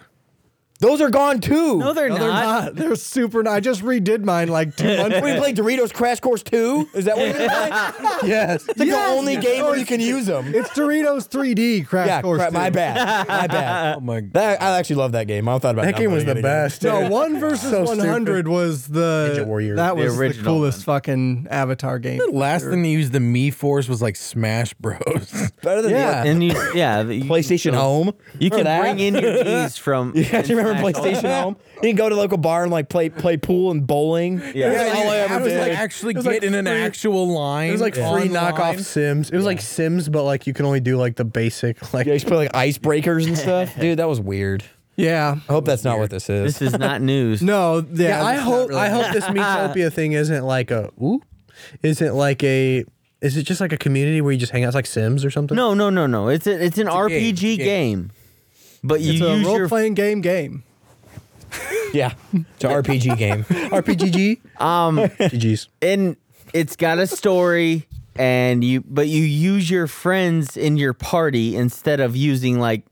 Those are gone too. No, they're, not. They're not. They're super. n- I just redid mine like two months. We ago. played Doritos Crash Course 2? Is that what you're Yes. It's like the only game where you can use them. It's Doritos 3D Crash yeah, Course. crap, my 2. bad. My bad. Oh my god. That, I actually love that game. I thought about That not game was playing the it again. best. No, dude. one versus So one hundred was the Ninja Warrior. That The was the, original coolest fucking avatar game. The last thing they used the me force was like Smash Bros. Better than Yeah. And you, yeah, the- you, PlayStation Home. You can Remember bring that? in your Ds from. You guys remember PlayStation Home? You can go to the local bar and like play play pool and bowling. Yeah. That's all I I ever was did. like actually get in an actual line. It was like free knockoff Sims. It was like Sims, but like you can only do like the basic. Like yeah, you used to play like icebreakers and stuff. Dude, that was weird. Yeah. I hope that's not what this is. This is not news. No. Yeah. Yeah, I it's not hope really- I hope this Metopia thing isn't like a ooh, isn't like a is it just like a community where you just hang out? It's like Sims or something. No, no, no, no. It's a, it's an RPG game, game. but you It's a use role your playing game game. yeah. It's an RPG game. RPGG. Um, GGs. and it's got a story. and you but you use your friends in your party instead of using like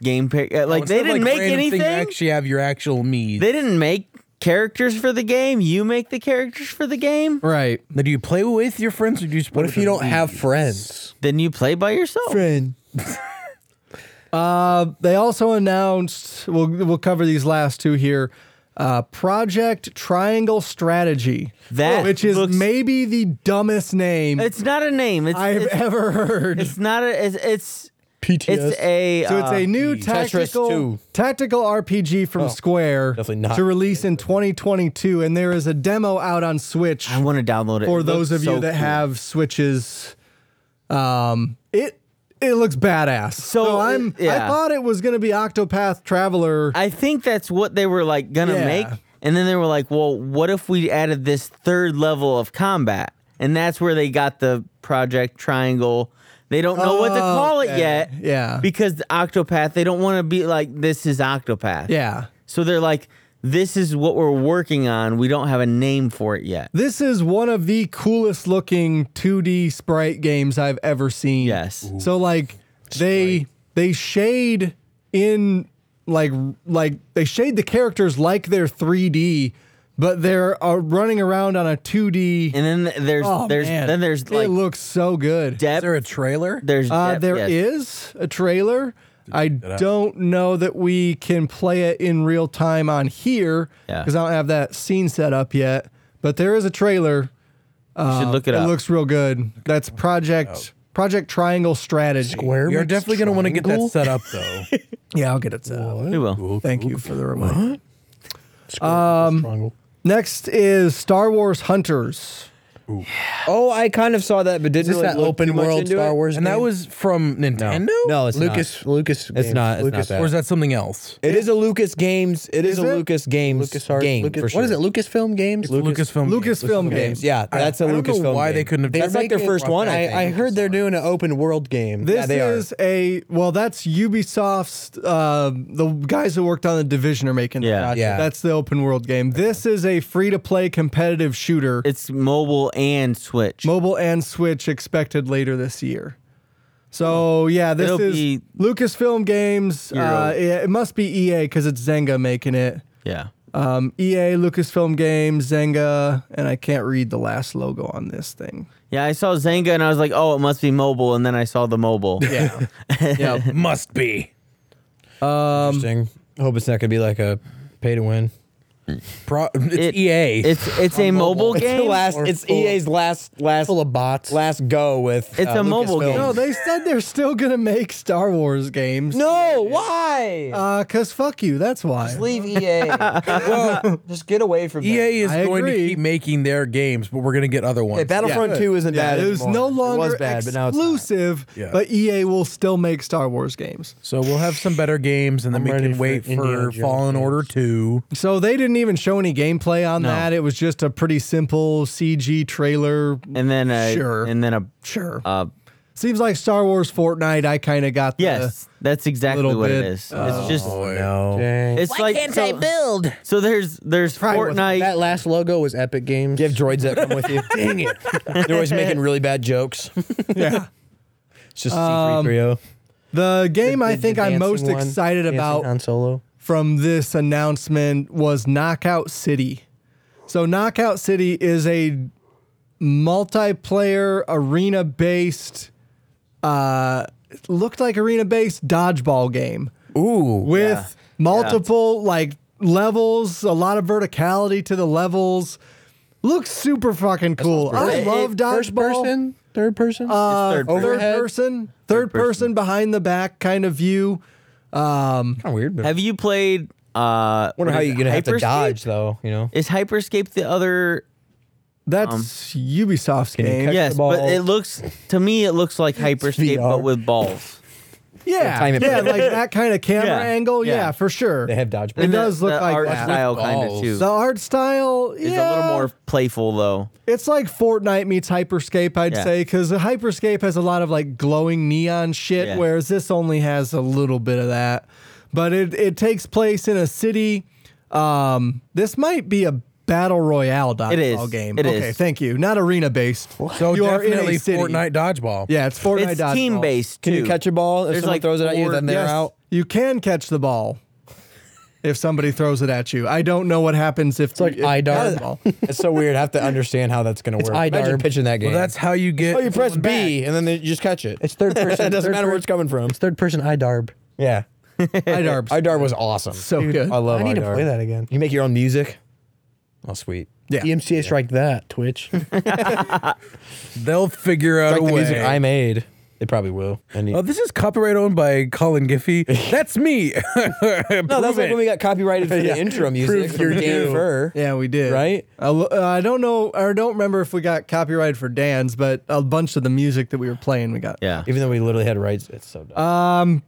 game pick uh, Oh, like they Instead of, didn't make random thing, anything you actually have your actual me. they didn't make characters for the game you make the characters for the game Right. Now, do you play with your friends or do you just play What with if you them? don't have friends? then you play by yourself Friend. Uh, they also announced we'll we'll cover these last two here. Uh, Project Triangle Strategy, That which is looks- maybe the dumbest name it's not a name it's I've it's, ever heard. it's not a it's it's, PTS. it's a so it's uh, a new tactical 2. tactical RPG Oh, from Square definitely not. to release in 2022, and there is a demo out on Switch I want to download it for It those of looks you so that cool. have Switches. Um, it it looks badass. So, it- I'm I yeah. thought it was gonna be Octopath Traveler. I think that's what they were like gonna Yeah. make, and then they were like, "Well, what if we added this third level of combat?" And that's where they got the Project Triangle. They don't know what to call it Oh, Okay. yet, Yeah. because the Octopath. They don't want to be like this is Octopath, yeah. So they're like, "This is what we're working on. We don't have a name for it yet." This is one of the coolest looking 2D sprite games I've ever seen. Yes. Ooh. So like they they shade in like like they shade the characters like they're 3D, but they're uh, running around on a 2D. And then th- there's oh, there's man. then there's like it looks so good. depth. Is there a trailer? there's Uh, depth, there yes. is a trailer. I don't know that we can play it in real time on here Yeah. because I don't have that scene set up yet. But there is a trailer. You should look it it up. looks real good. That's Project Oh. Project Triangle Strategy. Square You're makes definitely going to want to get that triangle? set up, though. Yeah, I'll get it set. up. we will. Thank you for the reminder. Triangle. Next is Star Wars Hunters. Oh, I kind of saw that, but didn't Is this really that look open too much world into Star it. Wars? and that game? was from Nintendo? No, it's Lucas. Lucas. It's games. not- it's not Lucas. that. Or is that something else? Not. It is a Lucas Games. It is, Is a it? Lucas Games Lucas Arts. game Lucas, for sure. What is it? Lucasfilm Games. Lucasfilm. Lucasfilm Games. Games. Yeah, that's a I don't Lucasfilm. know why game. they couldn't have That's done like their making- first one. I, I heard they're doing an open world game. This yeah, they is a well. That's Ubisoft's. Uh, the guys that worked on the Division are making. the Yeah. project. Yeah. That's the open world game. This is a free to play competitive shooter. It's mobile and Switch. mobile and Switch expected later this year. So yeah, this It'll is be- Lucasfilm Games. Uh, Euro. it, it must be EA because it's Zenga making it. yeah. Um, EA, Lucasfilm Games, Zenga, and I can't read the last logo on this thing. Yeah, I saw Zanga and I was like, oh, it must be mobile. And then I saw the mobile. Yeah, It Must be. Interesting. I hope it's not going to be like a pay to win. Pro- it's It- EA. It's it's a mobile, It's the game. last. Or It's full- EA's last last full of bots. last go with. It's uh, a mobable Lucasfilm. game. no, Oh, they said they're still gonna make Star Wars games. No, why? uh, cause fuck you. That's why. Leave EA. well, just get away from them. EA is I going agree. to keep making their games, but we're going to get other ones. Hey, Battlefront Good. 2 isn't yeah, bad. It was anymore. no longer it was bad, but now it's not. exclusive, but, Yeah. EA will still make Star Wars games. so we'll have some better games, and then I'm we ready can for wait Indiana for Jones Fallen Order 2. So they didn't even show any gameplay on that. It was just a pretty simple CG trailer. And then a, Sure. And then a Sure. uh, Seems like Star Wars Fortnite. I kind of got the yes, that's exactly little what it bit. is. it's just no. it's like so, build? so there's there's Probably wasn't Fortnite. That last logo was Epic Games. You have droids that come with you. Dang it. They're always making really bad jokes. Yeah. It's just Um, C3PO. The game I The think I'm oh. dancing most one, excited dancing about Han Solo. from this announcement was Knockout City. So Knockout City is a multiplayer arena based uh it looked like arena based dodgeball game. Ooh. With multiple like levels, a lot of verticality to the levels. Looks super fucking cool. I love dodgeball. First person, third person. Uh, it's third person. Third person, third person behind the back kind of view. kind of weird. But Have you played? Uh, wonder what how is you're it, going to have to Hyperscape? dodge, though, you know? Is Hyperscape the other? That's Ubisoft's game. Yes, but ball. it looks to me it looks like Hyperscape, VR. but with balls. Yeah, time it yeah, like that kind of camera Yeah, angle. Yeah, yeah. for sure. They have dodge. It does the, look the like art that. style kind of balls. too. the art style. It's yeah, a little more playful though. It's like Fortnite meets Hyperscape, I'd Yeah. say, because Hyperscape has a lot of like glowing neon shit, Yeah. whereas this only has a little bit of that. But it it takes place in a city. Um, this might be a battle royale dodgeball It is. game. It okay, is. thank you. Not arena based. So you are in a definitely city. Fortnite dodgeball. Yeah, it's Fortnite. It's dodgeball. team based too. Can you catch a ball if There's someone like throws it at you? four- Then they're Yes, out. You can catch the ball if somebody throws it at you. I don't know what happens if it's like eye dart. It's so weird. I have to understand how that's going to work. eye Imagine darb. pitching that game. Well, that's how you get. oh, you press B someone back. and then they, you just catch it. It's third person. it doesn't third matter where per- it's coming from. It's third person eye darb. Yeah, Eye dart. IDAR was awesome. So good. I love. I need to iDarb. play that again. You make your own music. Oh, sweet. Yeah. EMCA strike that Twitch. They'll figure out Like a the music way. I made. They probably will. And oh, this is copyright owned by Colin Giffey. That's me. no, that's like when we got copyrighted for the intro music Prove for you're Dan you. Fur. Yeah, we did. Right? A lo- uh, I don't know, or don't remember if we got copyrighted for Dan's, but a bunch of the music that we were playing, we got. yeah. Even though we literally had rights, it's so dumb.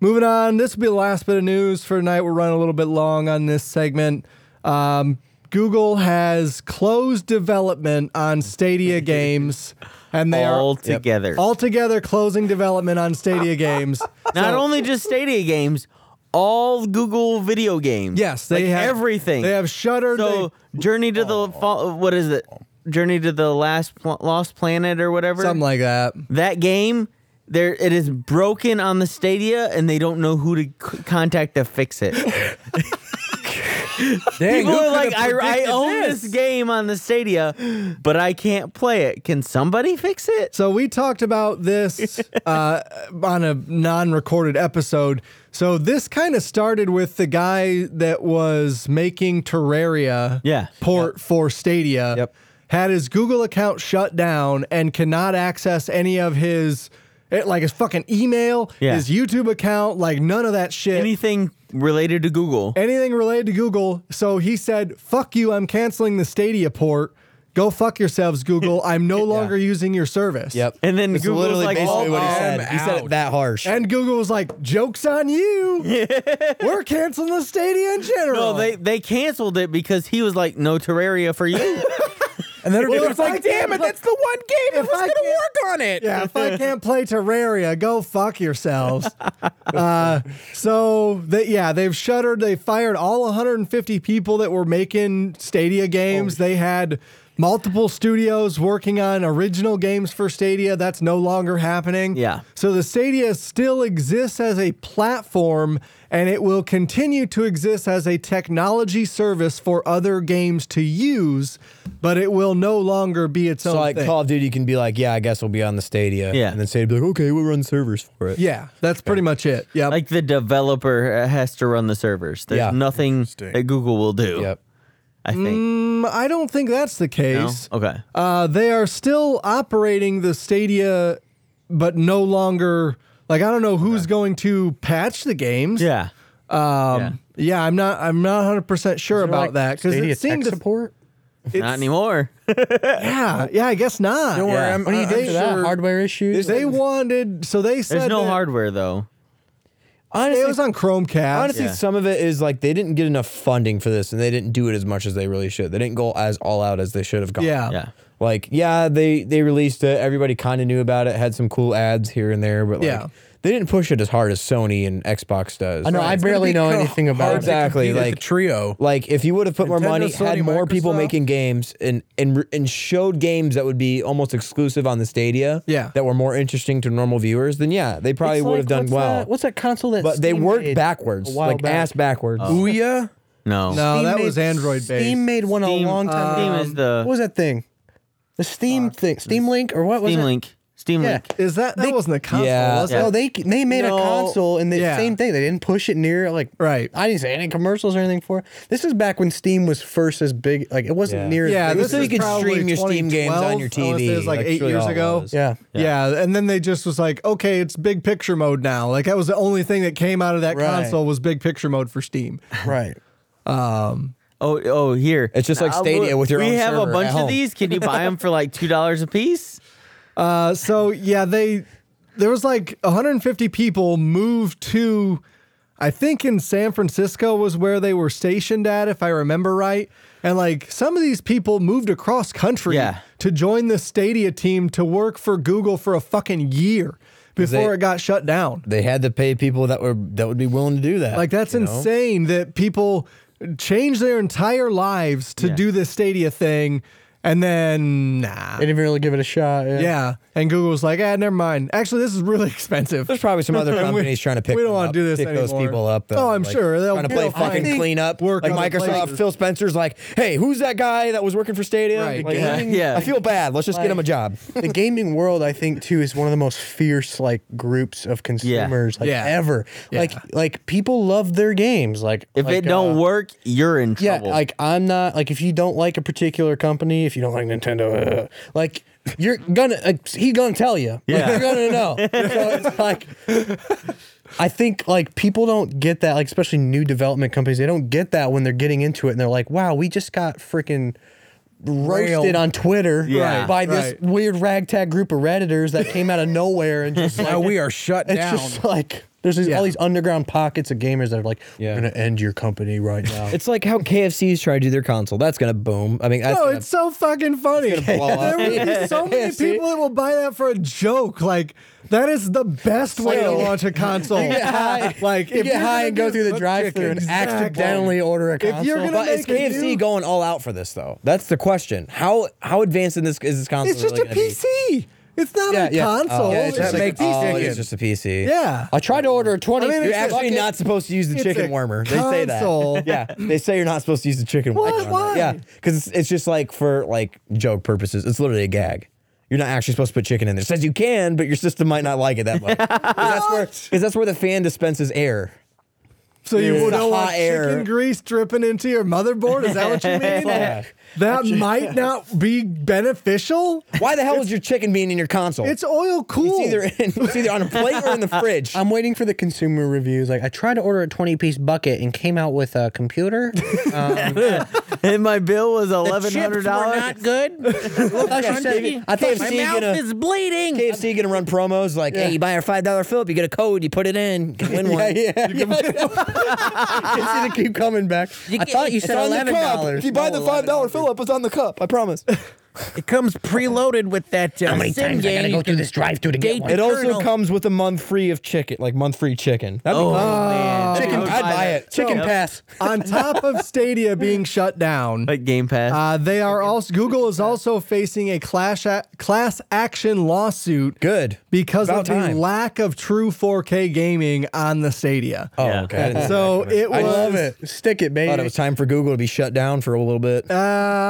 Moving on, this will be the last bit of news for tonight. We're running a little bit long on this segment. Um, Google has closed development on Stadia games, and they All are together. altogether closing development on Stadia games. Not only just Stadia games, all Google video games. Yes, they Like, have everything. They have Shudder. So Journey to the Fa- what is it? Journey to the Last Pl- Lost Planet or they, whatever. something like that. that game. There, it is broken on the Stadia, and they don't know who to c- contact to fix it. Dang, People who are coulda like, I, I predicted own this? game on the Stadia, but I can't play it. Can somebody fix it? So we talked about this uh, on a non-recorded episode. So this kind of started with the guy that was making Terraria Yeah. port for Stadia. Yep. Had his Google account shut down and cannot access any of his eh, like his fucking email, Yeah. his YouTube account, like none of that shit. Anything related to Google? anything related to Google. So he said, "Fuck you! I'm canceling the Stadia port. Go fuck yourselves, Google. I'm no longer using your service." yep. And then It's Google's literally like, basically "Oh, what he I'm said. He said it out." that harsh. And Google was like, "Jokes on you. We're canceling the Stadia in general." No, they they canceled it because he was like, no Terraria for you. And then Well, it if was I like, can't damn it, put- that's the one game that if was I going can't- to work on it. yeah, if I can't play Terraria, go fuck yourselves. Uh, so that yeah, they've shuttered. They fired all 150 people that were making Stadia games. they had multiple studios working on original games for Stadia. That's no longer happening. Yeah. So the Stadia still exists as a platform, and it will continue to exist as a technology service for other games to use, but it will no longer be its so own like thing. Call of Duty can be like, yeah, I guess we'll be on the Stadia. Yeah. And then Stadia be like, okay, we'll run servers for it. Yeah, that's pretty much it. Yep. like the developer uh, has to run the servers. There's Yeah. nothing that Google will do. Yep. I think. Mm, I don't think that's the No? case. Okay. Uh, they are still operating the Stadia, but no longer. Like I don't know who's going to patch the games. Yeah. Um, yeah. Yeah. I'm not. I'm not 100 percent sure about that because Stadia it tech seems. support. Not anymore. Yeah. Yeah. I guess not. Don't worry, I'm, What do you I'm do for that? sure- Hardware issues. They wanted. So they said There's no that- hardware though. Honestly, It was on Chromecast. honestly, Yeah. some of it is like they didn't get enough funding for this, and they didn't do it as much as they really should. They didn't go as all out as they should have gone. yeah. Yeah. Like, yeah, they they released it. Everybody kind of knew about it. Had some cool ads here and there, but like, Yeah. they didn't push it as hard as Sony and Xbox does. I know. I barely know anything about it. exactly. Like, Like, the trio. like if you would have put more Nintendo, money, had Sony, more people Microsoft. making games, and and and showed games that would be almost exclusive on the Stadia, Yeah. that were more interesting to normal viewers, then yeah, they probably It's would like, have done what's well. that- what's that console that? but they Steam worked made backwards, a while like back? ass backwards. Ouya? No. No, Steam that made- was Android based. Steam made one Steam- a long time Steam ago. is the- what was that thing? The Steam thing, Steam Link, or what was Steam it? Link. Steam Yeah. Link. Is that that wasn't a console? Yeah. was it? Yeah. No, they they made No. a console and the Yeah. same thing. They didn't push it near like Right. I didn't say any commercials or anything for. it. This is back when Steam was first as big. Like it wasn't Yeah. near. as Yeah, big. this so is you could probably stream your Steam games on 2012. I your wanna say TV. It was like That's eight really years all it ago. was. yeah. Yeah. and then they just was like, okay, it's big picture mode now. Like that was the only thing that came out of that Right. console was big picture mode for Steam. Right. Oh, oh, here. It's just like Stadia with your we own have server a at bunch home. of these. Can you buy them for like two dollars a piece? Uh, so yeah, they there was like 150 people moved to, I think in San Francisco was where they were stationed at, if I remember right. And like some of these people moved across country Yeah. to join the Stadia team to work for Google for a fucking year before they- it got shut down. They had to pay people that were that would be willing to do that. Like that's you know? insane that people change their entire lives to do this Stadia thing, and then nah, They didn't really give it a shot. Yeah. yeah. And Google's like, ah, never mind. Actually, this is really expensive. There's probably some other And we- companies trying to pick. we don't them wanna up, do this Pick those anymore. people up. Though, Oh, I'm like, sure. They'll- trying to they'll play find fucking clean up. work like other Microsoft, places. Phil Spencer's like, hey, who's that guy that was working for Stadia? Right. Like, Yeah, yeah. I feel bad. Let's just get him a job. the gaming world, I think, too, is one of the most fierce like groups of consumers like Yeah. ever. Like like people love their games. Like If like, it don't uh, work, you're in yeah, trouble. like I'm not like if you don't like a particular company, if you don't like Nintendo, uh, like you're gonna like, he gonna tell you. Yeah. like, you're gonna know. so it's like I think like people don't get that, like especially new development companies, they don't get that when they're getting into it and they're like, wow, we just got freaking roasted on Twitter Yeah. by this Right. weird ragtag group of redditors that came out of nowhere and just like Now we are shut it's down. just like there's these, all these underground pockets of gamers that are like, Yeah. we're gonna end your company right now. It's like how KFC's try to do their console. That's gonna boom. I mean, that's No, gonna- it's so fucking funny. blow up. There will be so many See? people that will buy that for a joke. Like that is the best way to like- launch a console. You get high- like you if get you're high and gonna do- go through the Look, drive-through and exactly. accidentally order a console. If you're gonna But make is a KFC new- going all out for this though? That's the question. How how advanced in this is this console? it's just really a gonna be? PC. It's not Yeah, a yeah. console. Oh, yeah, it's that just a makes PC. Oh, chicken. it's just a PC. Yeah. I tried to order a 20. I mean, You're it's a actually fucking- not supposed to use the it's chicken a warmer. They say console. that. Yeah, they say you're not supposed to use the chicken What? warmer. Why? Yeah, because it's, it's just like for like joke purposes. It's literally a gag. You're not actually supposed to put chicken in there. It says you can, but your system might not like it that much. Because that's where because that's where the fan dispenses air. So you It's would the know hot what air. chicken grease dripping into your motherboard? Is that what you mean? Yeah. That might not be beneficial. Why the hell is your chicken being in your console? It's oil cool. It's either in, it's either on a plate or in the fridge. I'm waiting for the consumer reviews. Like, I tried to order a 20 piece bucket and came out with a computer. and my bill was The eleven chips hundred were dollars. not good. I thought she said- I thought she was gonna- bleeding. KFC gonna run promos like, hey, you buy our five dollar Philip, you get a code, you put it in, you can win one. Yeah, yeah. It's gonna keep coming back. I thought you said eleven dollars. Oh, dollar Philip, it's on the cup. I promise. It comes preloaded with that. Uh, How many times I gotta go through this drive-through to get one? It also comes with a month free of chicken, like month free chicken. That'd Oh, be Chicken, I'd buy it. Chicken Yep. pass. on top of Stadia being shut down. Like Game Pass. Uh, they are also Google is also facing a clash a- class action lawsuit good. because About of the time. lack of true 4K gaming on the Stadia. Oh, Yeah. okay. I didn't see So that coming. it I was. love it. Stick it, Thought it baby. was time for Google to be shut down for a little bit. Uh,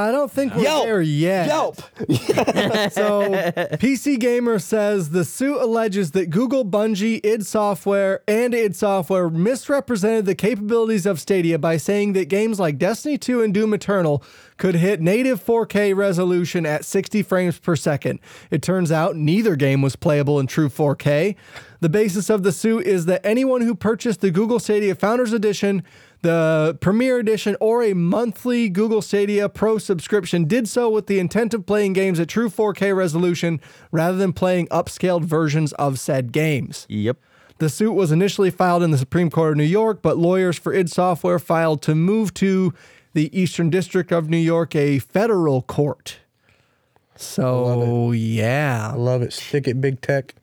I don't think we're Yelp. there yet. Yelp. So, PC Gamer says the suit alleges that Google, Bungie, id Software, and id Software misrepresented the capabilities of Stadia by saying that games like Destiny 2 and Doom Eternal could hit native 4K resolution at 60 frames per second. It turns out neither game was playable in true 4K. The basis of the suit is that anyone who purchased the Google Stadia Founders Edition, the Premier Edition, or a monthly Google Stadia Pro subscription did so with the intent of playing games at true 4K resolution rather than playing upscaled versions of said games. yep. The suit was initially filed in the Supreme Court of New York, but lawyers for id Software filed to move to the Eastern District of New York, a federal court. So, yeah. I love it. Stick it, big tech.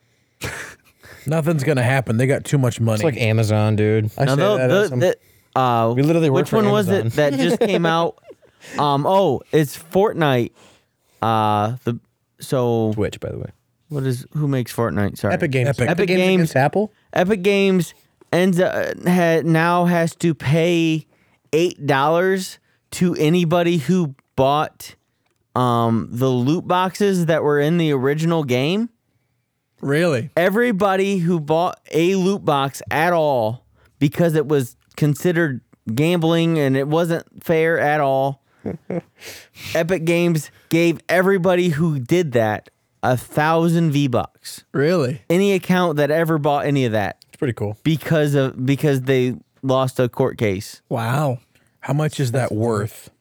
Nothing's gonna happen. They got too much money. It's like Amazon, dude. I Now, say the- that the- as I'm- the- uh, We literally work Which for one was it Amazon. that just came out? Um. Oh, it's Fortnite. Uh. The so Twitch, by the way. what is who makes Fortnite? Sorry. Epic Games. Epic. Epic Games. against Apple. Epic Games ends uh, ha, now has to pay eight dollars to anybody who bought um, the loot boxes that were in the original game. Really? Everybody who bought a loot box at all because it was considered gambling and it wasn't fair at all. Epic Games gave everybody who did that a thousand V bucks. Really? Any account that ever bought any of that It's pretty cool. because of because they lost a court case. Wow. How much is that worth?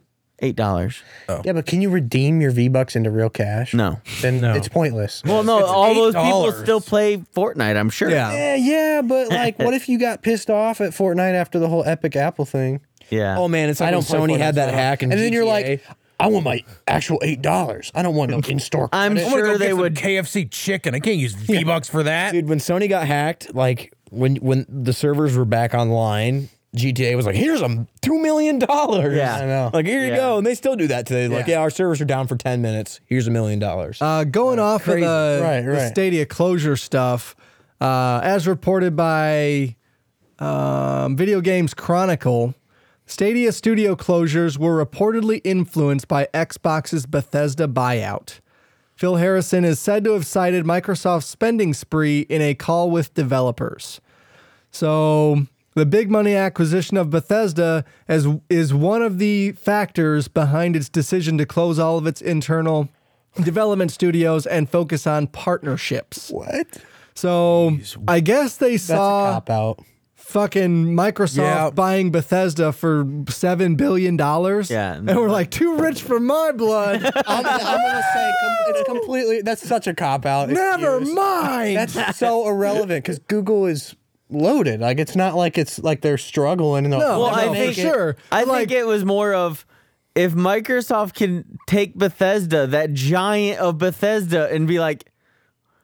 Eight dollars. Yeah, but can you redeem your V Bucks into real cash? No. Then it's pointless. Well, no, all those people $8. still play Fortnite. I'm sure. Yeah. yeah, yeah, but like, what if you got pissed off at Fortnite after the whole Epic Apple thing? Yeah. Oh man, it's like I when don't play Sony had Fortnite, that so I don't- hack, and, and then you're like, GTA. I want my actual eight dollars. I don't want no in store. I'm I'm gonna sure go get they some would. KFC chicken. I can't use V bucks for that. dude, when Sony got hacked, like when when the servers were back online, GTA was like, here's a two million dollars. Yeah. I know. Like here you Yeah. go, and they still do that today. Like yeah, our servers are down for ten minutes. Here's a million dollars. Uh, going off Oh, crazy. of the, Right, the right. Stadia closure stuff, uh, as reported by um, Video Games Chronicle, Stadia studio closures were reportedly influenced by Xbox's Bethesda buyout. Phil Harrison is said to have cited Microsoft's spending spree in a call with developers. So the big money acquisition of Bethesda as is one of the factors behind its decision to close all of its internal development studios and focus on partnerships. What? So I guess they saw Cop out. fucking Microsoft Yeah. buying Bethesda for seven billion dollars. Yeah. And we're like, too rich for my blood. I'm, gonna- I'm gonna say com- it's completely. That's such a cop out. Never mind. That's so irrelevant because Google is loaded. Like it's not like it's like they're struggling. And they're No, Well, like, "We're I gonna think make it." sure. I Like- think it was more of if Microsoft can take Bethesda, that giant of Bethesda, and be like,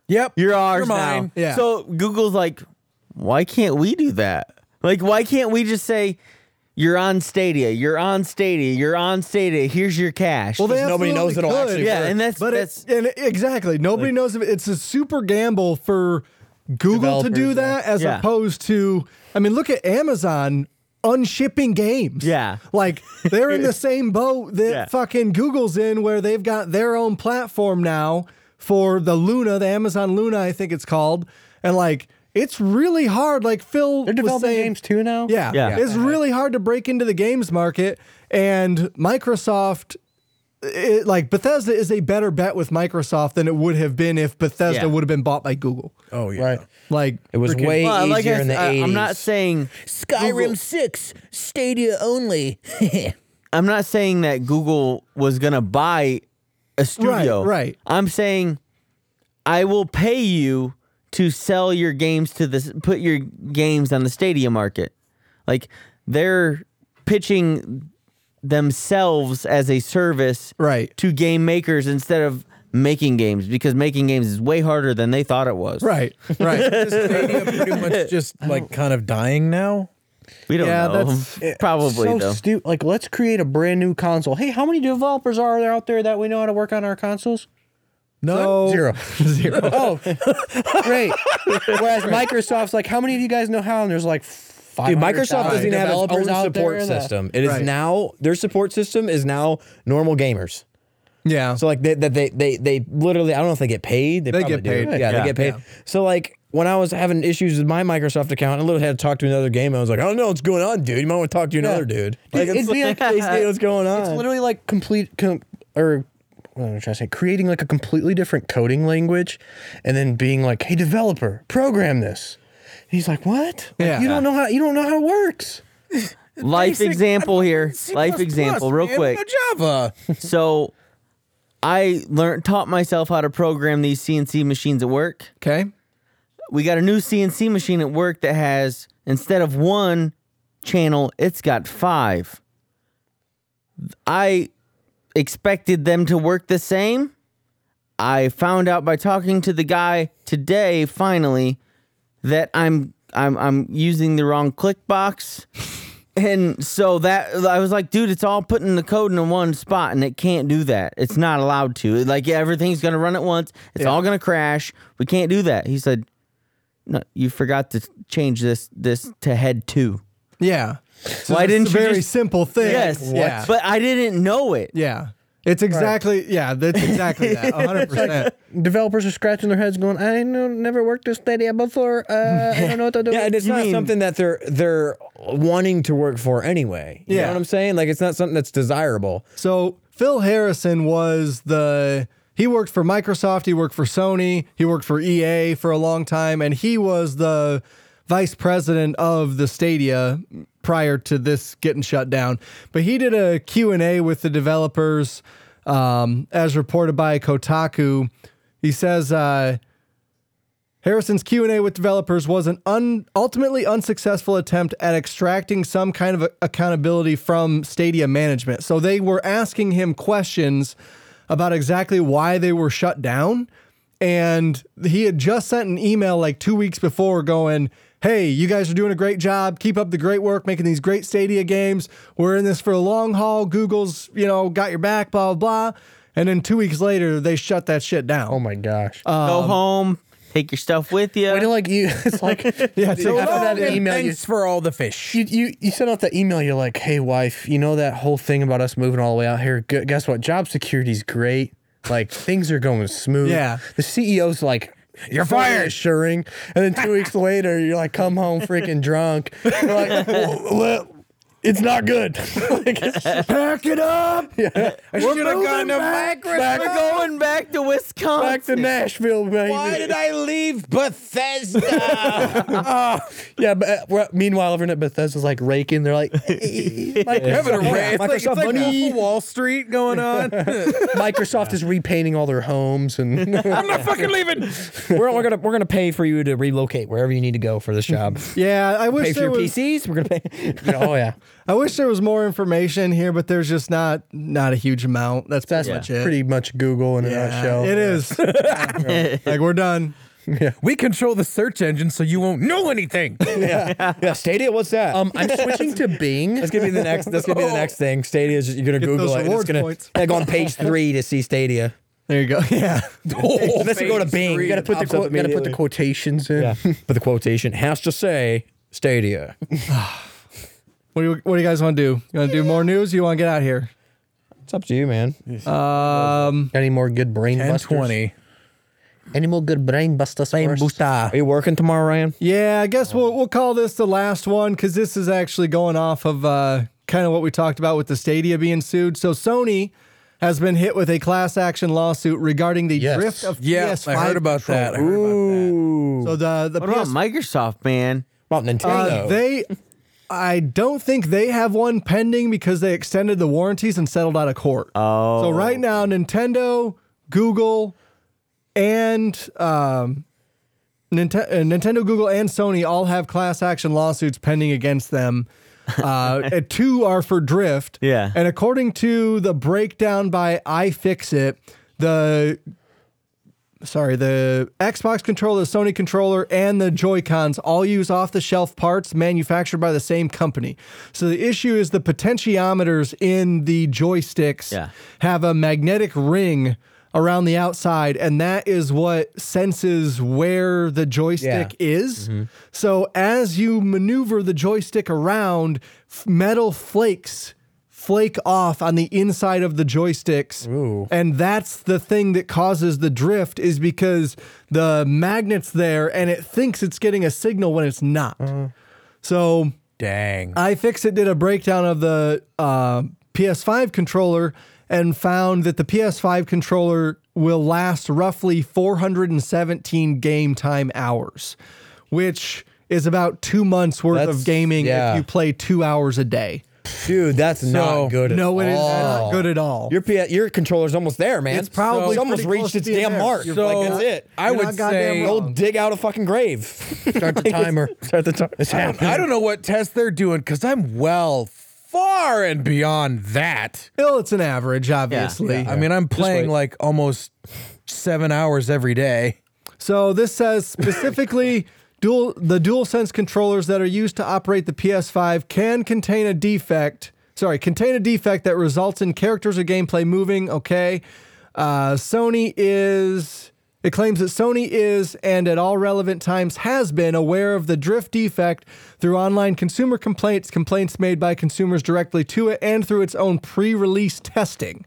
Yep. "You're ours mine." now." Yeah. So Google's like, "Why can't we do that? Like, why can't we just say?" You're on Stadia. You're on Stadia. You're on Stadia. Here's your cash. Well, they nobody knows absolutely it'll could. actually Yeah, work. and that's- but it, that's- and it- exactly nobody knows if it's a super gamble for Google to do Developers, yeah. that as Yeah. opposed to I mean, look at Amazon unshipping games. Yeah. like they're in the same boat that Yeah. fucking Google's in, where they've got their own platform now for the Luna, the Amazon Luna, I think it's called, and like. It's really hard, like Phil. They're was developing saying, games too now. yeah. Yeah. It's Uh-huh. really hard to break into the games market. And Microsoft, it, like Bethesda is a better bet with Microsoft than it would have been if Bethesda Yeah. would have been bought by Google. Oh yeah. Right. Like, it was freaking- way Well, easier like I, in the I, 80s. I'm not saying Skyrim Six Stadia only. I'm not saying that Google was gonna buy a studio. right. I'm saying I will pay you to sell your games to this put your games on the stadium market. Like they're pitching themselves as a service Right. to game makers instead of making games because making games is way harder than they thought it was. Right, right. Is Stadia pretty much just like kind of dying now? We don't Yeah, know. that's- Probably so though. stupid. Like, let's create a brand new console. Hey, how many developers are there out there that we know how to work on our consoles? No. Zero. Zero. Oh, great. Whereas Microsoft's like, how many of you guys know how? And there's like five. Dude, Microsoft doesn't even have its own support that- system. It is Right. now their support system is now normal gamers. Yeah. So like they that they, they they literally I don't know if they get paid. They, They probably get do. paid. Yeah, Yeah. they get paid. So like when I was having issues with my Microsoft account, I literally had to talk to another game. I was like, I don't know what's going on, dude. You might want to talk to another dude. Like Dude, it's it'd be like, like- they see what's going on. It's literally like complete com- or what am I trying to say? Creating like a completely different coding language, and then being like, "Hey, developer, program this." And he's like, "What? Like, Yeah. You don't know how you don't know how it works." Life Basic- example here. C++, Life example, real man, quick. No Java. So I learned taught myself how to program these CNC machines at work. okay. We got a new CNC machine at work that has instead of one channel, it's got five. I expected them to work the same. I found out by talking to the guy today finally that I'm I'm I'm using the wrong click box. And so that I was like, dude, it's all putting the code in one spot, and it can't do that. It's not allowed to. Like everything's gonna run at once. It's all gonna crash. We can't do that. He said, "No, you forgot to change this this to head two. Yeah. So Why it's didn't a you very just- simple thing? yes, Yeah. but I didn't know it. yeah. It's exactly, yeah, that's exactly that. 100%. Developers are scratching their heads, going, "I know, never worked this idea before. Uh, I don't know what to do." Yeah, and it's You not mean- something that they're they're wanting to work for anyway. You Yeah. know what I'm saying? Like it's not something that's desirable. So Phil Harrison was the he worked for Microsoft, he worked for Sony, he worked for EA for a long time, and he was the vice president of the Stadia prior to this getting shut down. But he did a Q&A with the developers um, as reported by Kotaku. He says uh, Harrison's Q&A with developers was an un- ultimately unsuccessful attempt at extracting some kind of a- accountability from Stadia management. So they were asking him questions about exactly why they were shut down and he had just sent an email like 2 weeks before going, hey, you guys are doing a great job. Keep up the great work making these great Stadia games. We're in this for the long haul. Google's, you know, got your back, blah, blah, blah. And then two weeks later, they shut that shit down. Oh my gosh. Go home. Take your stuff with you. Way to like you. It's like Yeah, "Oh, so after that And email, you, thanks for all the fish. you you you sent out that email. You're like, hey wife, you know that whole thing about us moving all the way out here. Gu- guess what? Job security's great. Like things are going smooth. Yeah. The CEO's like. You're fired." Assuring, and then two weeks later, you're like, "Come home, freaking drunk." You're like, "Well, well, "It's not good." like, it's just- Pack it up. I should have gone to We're going back to Wisconsin. back to Nashville, baby. Why did I leave Bethesda? Yeah, but uh, we're- meanwhile, everyone at Bethesda's like raking. They're like, Having a Microsoft, rant. It's like, it's Microsoft like money. Apple Wall Street going on. I'm Microsoft is repainting all their homes, and not fucking leaving. we're, we're gonna we're gonna pay for you to relocate wherever you need to go for this job. Yeah, I wish pay for there your was PCs. We're gonna pay. uh, oh yeah, I wish there was more information here, but there's just not not a huge amount. That's that's pretty much it. pretty much Google in a nutshell. It is. like we're done. We control the search engine so you won't know anything. Yeah, Stadia, what's that? Um, I'm switching to Bing. that's gonna be the next. That's gonna be the next thing. Stadia is you're gonna Google Oh. those it. and It's reward gonna points. yeah, go on page three to see Stadia. There you go. Yeah. Oh, Unless you go to Bing, You gotta put the quote, gotta put the quotations in. Yeah, but the quotation has to say Stadia. What do you What do you guys want to do? You want to do more news? You want to get out of here? It's up to you, man. Got any more good brain And busters? 20. Any more good brain busters? for us? Are you working tomorrow, Ryan? Yeah, I guess we'll we'll call this the last one because this is actually going off of uh, kind of what we talked about with the Stadia being sued. So Sony has been hit with a class action lawsuit regarding the Yes. drift of Yeah, PS5. I heard about control. that. I heard about So the the What about PS5 Microsoft, man? About Nintendo. Uh, they, I don't think they have one pending because they extended the warranties and settled out of court. Oh, so right now Nintendo, Google, and um, Ninte- uh, Nintendo, Google, and Sony all have class action lawsuits pending against them. Uh, and two are for drift. Yeah. and according to the breakdown by iFixit, the sorry, the Xbox controller, the Sony controller, and the Joy Cons all use off the shelf parts manufactured by the same company. So the issue is the potentiometers in the joysticks Yeah. have a magnetic ring around the outside, and that is what senses where the joystick is. So as you maneuver the joystick around, f- metal flakes flake off on the inside of the joysticks. And that's the thing that causes the drift is because the magnet's there and it thinks it's getting a signal when it's not. So Dang. iFixit did a breakdown of the uh, PS5 controller and found that the PS5 controller will last roughly 417 game time hours, which is about two months worth That's- of gaming yeah. if you play two hours a day. Dude, that's So- not good. At No, it is all. not good at all. Your P- your controller's almost there, man. It's probably it's almost pretty reached close its to being damn there. mark. You're So like that's it. I You're would not goddamn say wrong. Go dig out a fucking grave. Start the timer. Start the time. It's happening. I don't know what test they're doing because I'm well far and beyond that. Still, it's an average, obviously. I mean, I'm playing like almost seven hours every day. So this says specifically dual the DualSense controllers that are used to operate the PS5 can contain a defect. Sorry, contain a defect that results in characters or gameplay moving. Okay, uh, Sony is. It claims that Sony is and at all relevant times has been aware of the drift defect through online consumer complaints, complaints made by consumers directly to it, and through its own pre-release testing.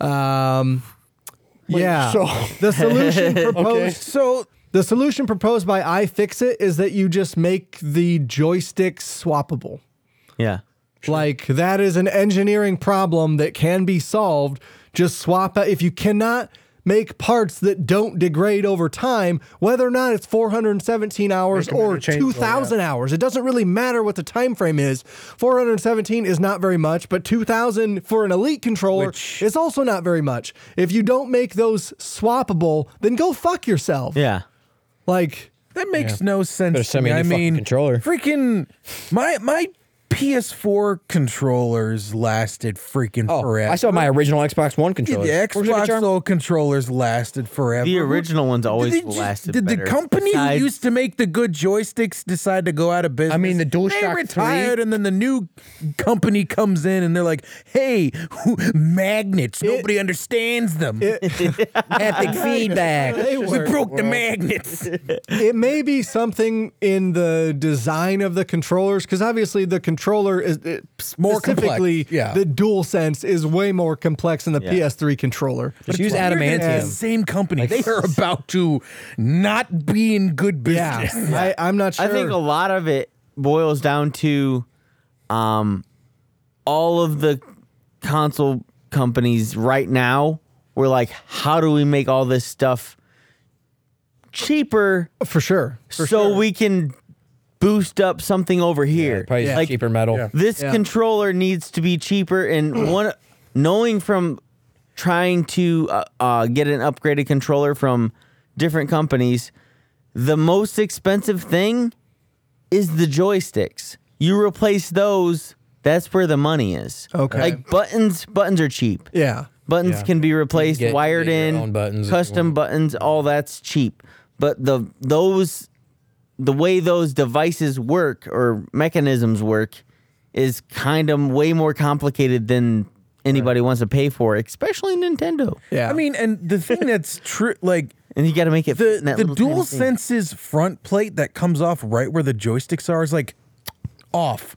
Um, yeah. so- the solution proposed So the solution proposed by iFixit is that you just make the joystick swappable. Yeah. Like that is an engineering problem that can be solved. Just swap out if you cannot make parts that don't degrade over time, whether or not it's 417 hours or 2000 hours. It doesn't really matter what the time frame is. 417 is not very much, but 2000 for an elite controller is also not very much. If you don't make those swappable, then go fuck yourself. Yeah. Like that makes no sense. Better To send me. me a I new fucking mean, controller. Freaking my my PS4 controllers lasted freaking Oh, forever. I saw my original Xbox One the controller. Where's your Xbox charm? old controllers lasted forever. The original ones always Did they just- lasted Did the better. company Besides- who used to make the good joysticks decide to go out of business? I mean, the They DualShock 3? retired, and then the new company comes in, and they're like, "Hey, magnets! nobody understands them. Haptic feedback. They we were- broke the magnets." it may be something in the design of the controllers because obviously the controller is it, More specifically complex, yeah. the DualSense is way more complex than the Yeah. PS3 controller. Just use Weird that it's the adamantium. Same company. they are about to not be in good business. I, I'm not sure. I think a lot of it boils down to um, all of the console companies right now were like, how do we make all this stuff cheaper for sure. so we can boost up something over here? Probably Yeah. Like- cheaper metal. this Yeah. controller needs to be cheaper and one knowing from trying to uh, uh, get an upgraded controller from different companies the most expensive thing is the joysticks you replace those that's where the money is Okay. like buttons buttons are cheap Yeah. buttons can be replaced get- wired get your in own buttons if you custom want. buttons all that's cheap but the those the way those devices work or mechanisms work is kind of way more complicated than anybody wants to pay for especially nintendo Yeah. I mean, and the thing that's true, like and you got to make it fit the in that the little tiny dual thing. senses front plate that comes off right where the joysticks are is like off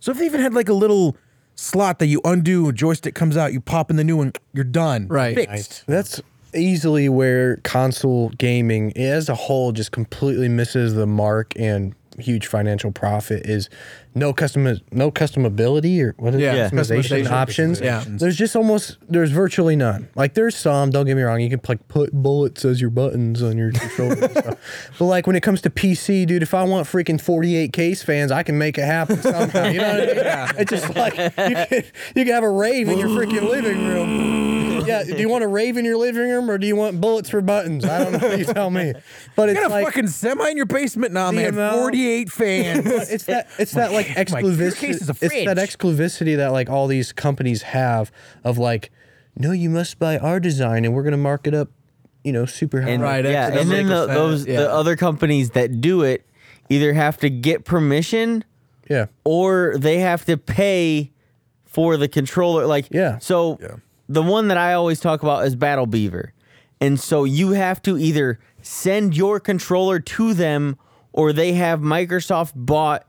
so if they even had like a little slot that you undo a joystick comes out you pop in the new one you're done Right. fixed That's easily where console gaming as a whole just completely misses the mark and huge financial profit is no custom no customability or what is Yeah. it? Yeah. customization Customization. options. Yeah. There's just almost there's virtually none. Like there's some, don't get me wrong, you can like put bullets as your buttons on your controller and stuff. But like when it comes to PC, dude, if I want freaking 48 case fans, I can make it happen somehow. You know what I mean? It's just like you can, you can have a rave in your freaking living room. Yeah, do you want a rave in your living room or do you want bullets for buttons? I don't know. You tell me. But you it's got a like fucking semi in your basement now man CMO. 48 fans it's that it's that like My computer exclusivity. case is a It's that fridge. exclusivity that like all these companies have of like, no, you must buy our design and we're gonna mark it up, you know, super high. and, Right, yeah accidentally and then the, percent, those yeah. the other companies that do it either have to get permission Yeah. or they have to pay for the controller. Like, Yeah. So the one that I always talk about is Battle Beaver, and so you have to either send your controller to them, or they have Microsoft bought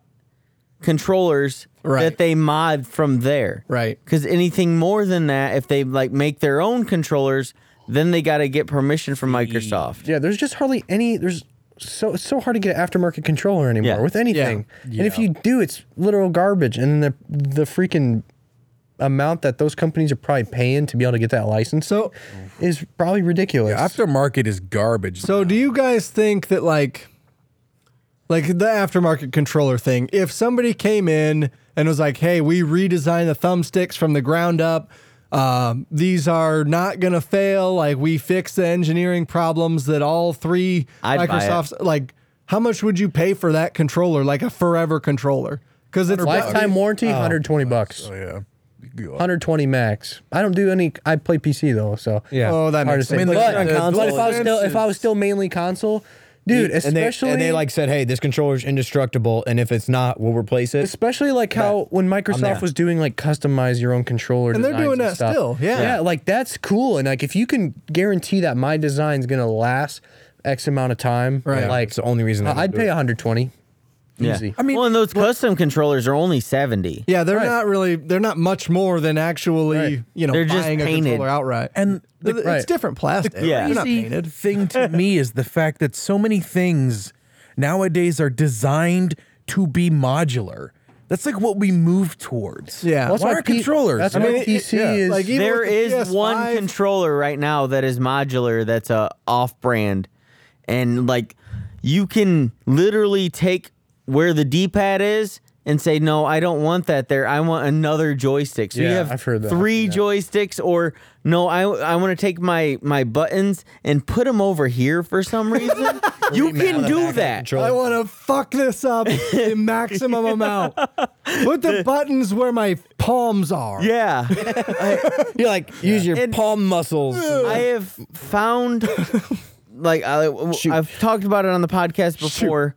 controllers Right. that they mod from there. Right. Because anything more than that, if they like make their own controllers, then they got to get permission from Microsoft. Yeah, there's just hardly any. There's so it's so hard to get an aftermarket controller anymore Yeah. with anything. And if you do, it's literal garbage. And the the freaking amount that those companies are probably paying to be able to get that license So- is probably ridiculous. aftermarket is garbage So do you guys think that like like the aftermarket controller thing, if somebody came in and was like, "Hey, we redesigned the thumbsticks from the ground up. Um, these are not going to fail. Like we fixed the engineering problems that all 3 I'd buy it. Microsofts like how much would you pay for that controller, like a forever controller? Cuz it's Lifetime warranty, 120 bucks. Oh, yeah 120 max. I don't do any. I play PC though, so Yeah. Oh, that Hard makes to say. sense. mean, But, look, on but console, if I was still if I was still mainly console, and dude, they, especially and they like said, hey, this controller's indestructible, and if it's not, we'll replace it. especially like how when there. Microsoft was doing like customize your own controller, And they're designs doing and that stuff. still, yeah. yeah, like that's cool. And like if you can guarantee that my design's gonna last X amount of time, Right. Like It's the only reason I would I'd do pay it. 120. Yeah. Easy. I mean, well, and those custom controllers are only seventy. Yeah, they're Right. not really. They're not much more than actually, Right. you know, They're just buying a painted. controller outright. And the- Th- it's right. different plastic. Yeah. they're not crazy painted. thing to me is the fact that so many things nowadays are designed to be modular. That's like what we move towards. Yeah. That's Why why are P- controllers? That's I why mean, it- PC yeah, is like, even there with the is one PS5 controller right now that is modular that's a off brand and like you can literally take where the d-pad is and say no i don't want that there i want another joystick so you Yeah, have I've heard that, three yeah. joysticks or no i, I want to take my my buttons and put them over here for some reason you can do that I want to fuck this up the maximum amount. Put the buttons where my palms are. Yeah. You're like, use your And- palm muscles. I have found, like, I, I've talked about it on the podcast before.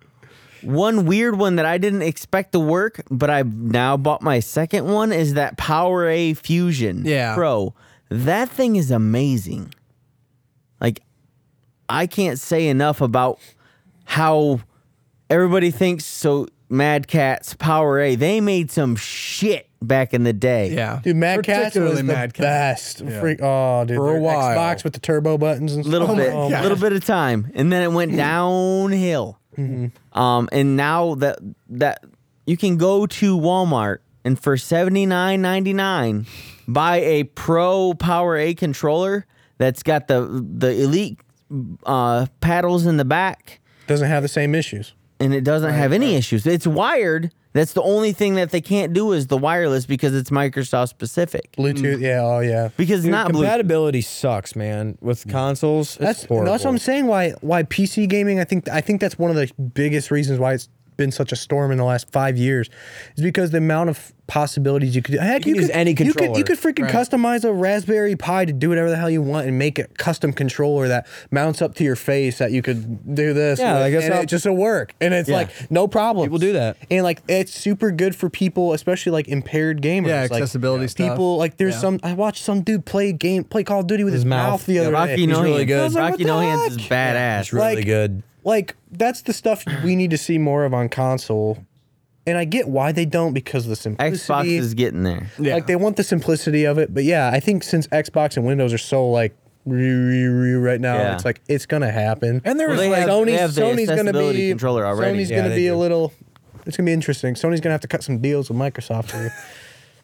One weird one that I didn't expect to work, but I've now bought my second one is that Power A Fusion Yeah. Pro. That thing is amazing. Like, I can't say enough about how everybody thinks so. Mad Cats, Power A, they made some shit back in the day. Yeah. Dude, Mad Cats was Particularly the Mad Cats. best. Freak, oh, dude, For a their while. Xbox with the turbo buttons and little stuff. bit, Oh, my- Mm-hmm. little bit of time, and then it went downhill. Um, and now that that you can go to Walmart and for seventy nine ninety nine, buy a Pro Power A controller that's got the the elite uh, paddles in the back, Doesn't have the same issues. and it doesn't have any issues. It's wired. That's the only thing that they can't do is the wireless because it's Microsoft specific. Bluetooth, yeah, oh yeah. Because it's Dude, not Bluetooth. compatibility sucks, man. With consoles, it's That's horrible. that's what I'm saying. Why why PC gaming? I think I think that's one of the biggest reasons why it's been such a storm in the last five years, is because the amount of possibilities you could heck you, You can use could any you could- controller. You could, freaking customize a Raspberry Pi to do whatever the hell you want and make a custom controller that mounts up to your face that you could do this. Yeah, with, like, that's and how- it just will work, and it's Yeah. like no problem. People do that. and like it's super good for people, especially like impaired gamers. Yeah, Like, accessibility stuff. People like there's Yeah. some I watched some dude play game play Call of Duty with his, mouth. mouth. the Yeah, other day. Rocky He's No really Hands. good. I was like, Rocky "What No the Hands is heck?" badass. It's really Like- good. like that's the stuff we need to see more of on console. And I get why they don't because of the Xbox simplicity. is getting there. Like they want the simplicity of it, but yeah, I think since Xbox and Windows are so like right now, Yeah. it's like it's gonna happen. And there's Well, they like have- Sony's, the Sony's gonna accessibility be controller already. Sony's Yeah, gonna they be a do. little. It's gonna be interesting. Sony's gonna have to cut some deals with Microsoft. Here.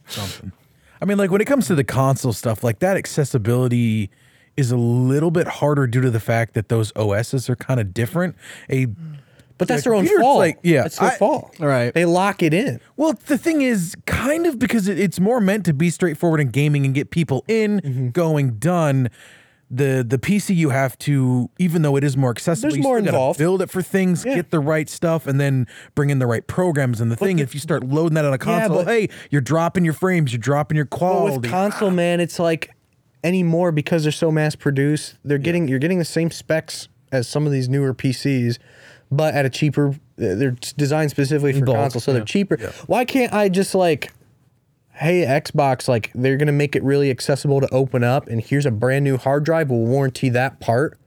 something. I mean, like when it comes to the console stuff, like that accessibility is a little bit harder due to the fact that those OSs are kind of different. A But that's Yeah, their own computer, it's fault. like- yeah, that's their I- fault. Right. They lock it in. well, the thing is, kind of because it, it's more meant to be straightforward in gaming and get people in, Mm-hmm. going, done. The the PC you have to, even though it is more accessible, There's you more still gotta involved. Build it for things, get the right stuff, and then bring in the right programs and the thing. if you start loading that on a console, but- hey, you're dropping your frames, you're dropping your But quality. with console, man, it's like anymore because they're so mass produced. They're getting you're getting the same specs as some of these newer PCs, but at a cheaper. They're designed specifically for console, so they're cheaper. Why can't I just like, hey Xbox, like they're gonna make it really accessible to open up, and here's a brand new hard drive. We'll warranty that part.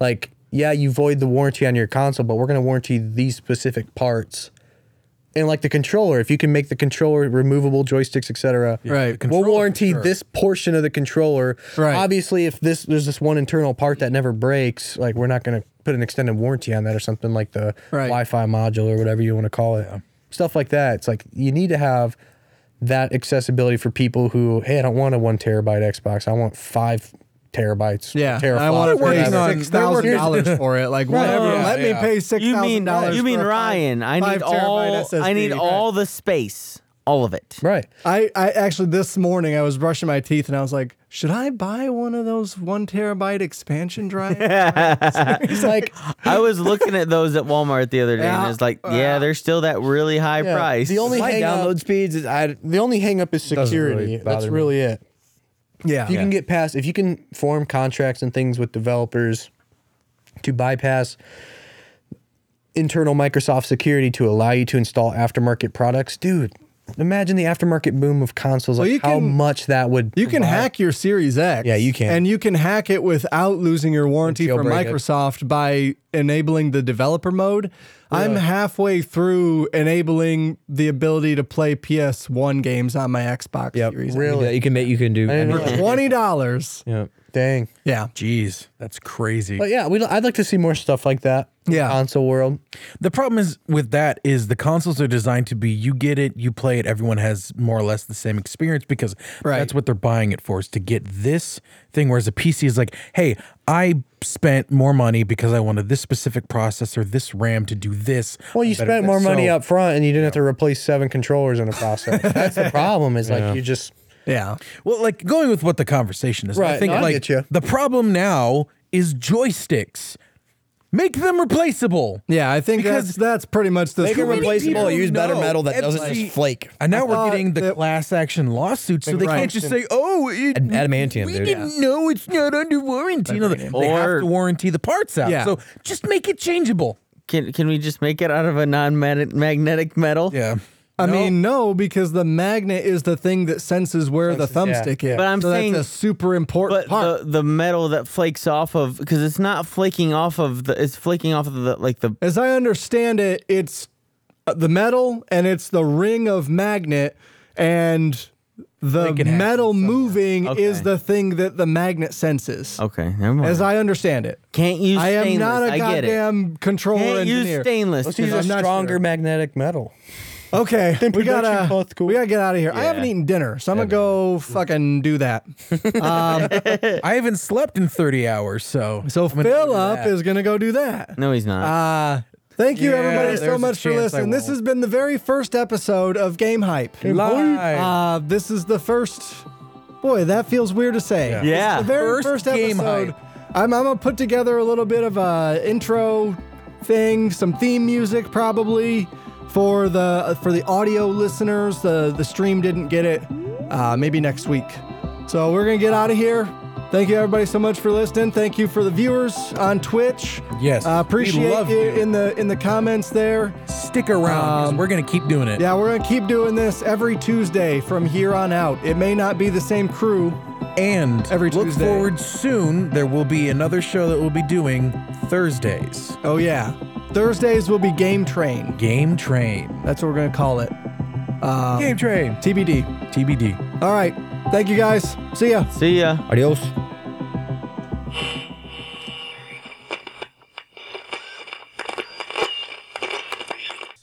Like, yeah, you void the warranty on your console, but we're gonna warranty these specific parts. And like the controller, if you can make the controller removable, joysticks, etc. Right. We'll Controller, warranty sure. this portion of the controller. Right. Obviously, if this there's this one internal part that never breaks, like we're not going to put an extended warranty on that or something like the Right. Wi-Fi module or whatever you want to call it. Stuff like that. It's like you need to have that accessibility for people who, hey, I don't want a one terabyte Xbox. I want five terabytes. Yeah, and teraflops, I want to pay whatever." on- six thousand dollars for it. Like whatever, Yeah, let yeah. me pay six You thousand mean dollars. you mean for a five- Ryan? I five need all terabyte I need SSD. all the space, all of it. Right. I, I actually this morning I was brushing my teeth and I was like, should I buy one of those one terabyte expansion drives? It's like I was looking at those at Walmart the other day, and Yeah. it's like, yeah, they're still that really high yeah, price. The only My hang download up, speeds is I. the only hang up is Doesn't really security. That's bother me. really it. yeah, if you can get past if you can form contracts and things with developers to bypass internal Microsoft security to allow you to install aftermarket products, dude. Imagine the aftermarket boom of consoles. you like how can- much that would You can provide. hack your Series X. Yeah, you can. And you can hack it without losing your warranty from Jailbreak it. Microsoft by enabling the developer mode. I'm halfway through enabling the ability to play PS1 games on my Xbox Series. X. Really? Yeah, you can make. You can do. didn't know anything. that. Twenty dollars. Yeah. Dang. Yeah. Jeez, that's crazy. But yeah, we I'd like to see more stuff like that. in the Yeah. Console world. The problem is with that is the consoles are designed to be you get it, you play it, everyone has more or less the same experience because Right. that's what they're buying it for is to get this thing. Whereas a PC is like, hey, I spent more money because I wanted this specific processor, this RAM to do this. Well, you better spent than- more money so- up front and you didn't have to replace seven controllers in the process. That's the problem is like you just Yeah. Well, like going with what the conversation is, I Right, think no, I like get ya. the problem now is joysticks. Make them replaceable. Yeah, I think Because that's that's pretty much the Make it story. replaceable. people Use better know. metal that doesn't Etsy- just flake. And now Uh, we're getting the the- class action lawsuit, so they Right. can't just say, "Oh, it, Ad- adamantium, We dude. didn't know it's not under warranty. You know, they, they have Or- to warranty the parts out. Yeah. So just make it changeable. Can can we just make it out of a non-magnetic metal? Yeah. I mean, no, because the magnet is the thing that senses where the thumbstick is. But I'm so saying- that's a super important But part. the, the metal that flakes off of because it's not flaking off of the it's flaking off of the like the As I understand it, it's uh, the metal and it's the ring of magnet, and the Think it happened metal moving Okay. is the thing that the magnet senses. okay never mind. As I understand it, Can't use I am not stainless, a I get it. goddamn controller Can't engineer. use stainless. Let's 'cause use a I'm not stronger sure. magnetic metal. Okay, we production gotta cloth cool. we gotta get out of here. I haven't eaten dinner, so I'm gonna go fucking do that. I haven't slept in 30 hours, so So I'm gonna go to Philip that. is gonna go do that. No, he's not. Uh, thank you Yeah, everybody so there's a much for chance I listening. This won't. has been the very first episode of Game Hype. live. Uh, this is the first. Boy, that feels weird to say. This is Yeah. the very first, First Game episode. I'm, I'm gonna put together a little bit of a intro thing, some theme music probably for the for the audio listeners. The the stream didn't get it. Uh, maybe next week. So we're gonna get out of here. Thank you everybody so much for listening. Thank you for the viewers on Twitch. Yes, uh, we appreciate love you you. in the in the comments there. Stick around 'cause we're going to keep doing it. um, Yeah, we're gonna keep doing this every Tuesday from here on out. It may not be the same crew. And Every look Tuesday. forward soon. There will be another show that we'll be doing Thursdays. Oh yeah, Thursdays will be Game Train. Game Train. That's what we're gonna call it. Um, Game Train. TBD. TBD. All right, thank you guys. See ya. See ya. Adios.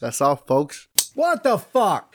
That's all, folks. What the fuck?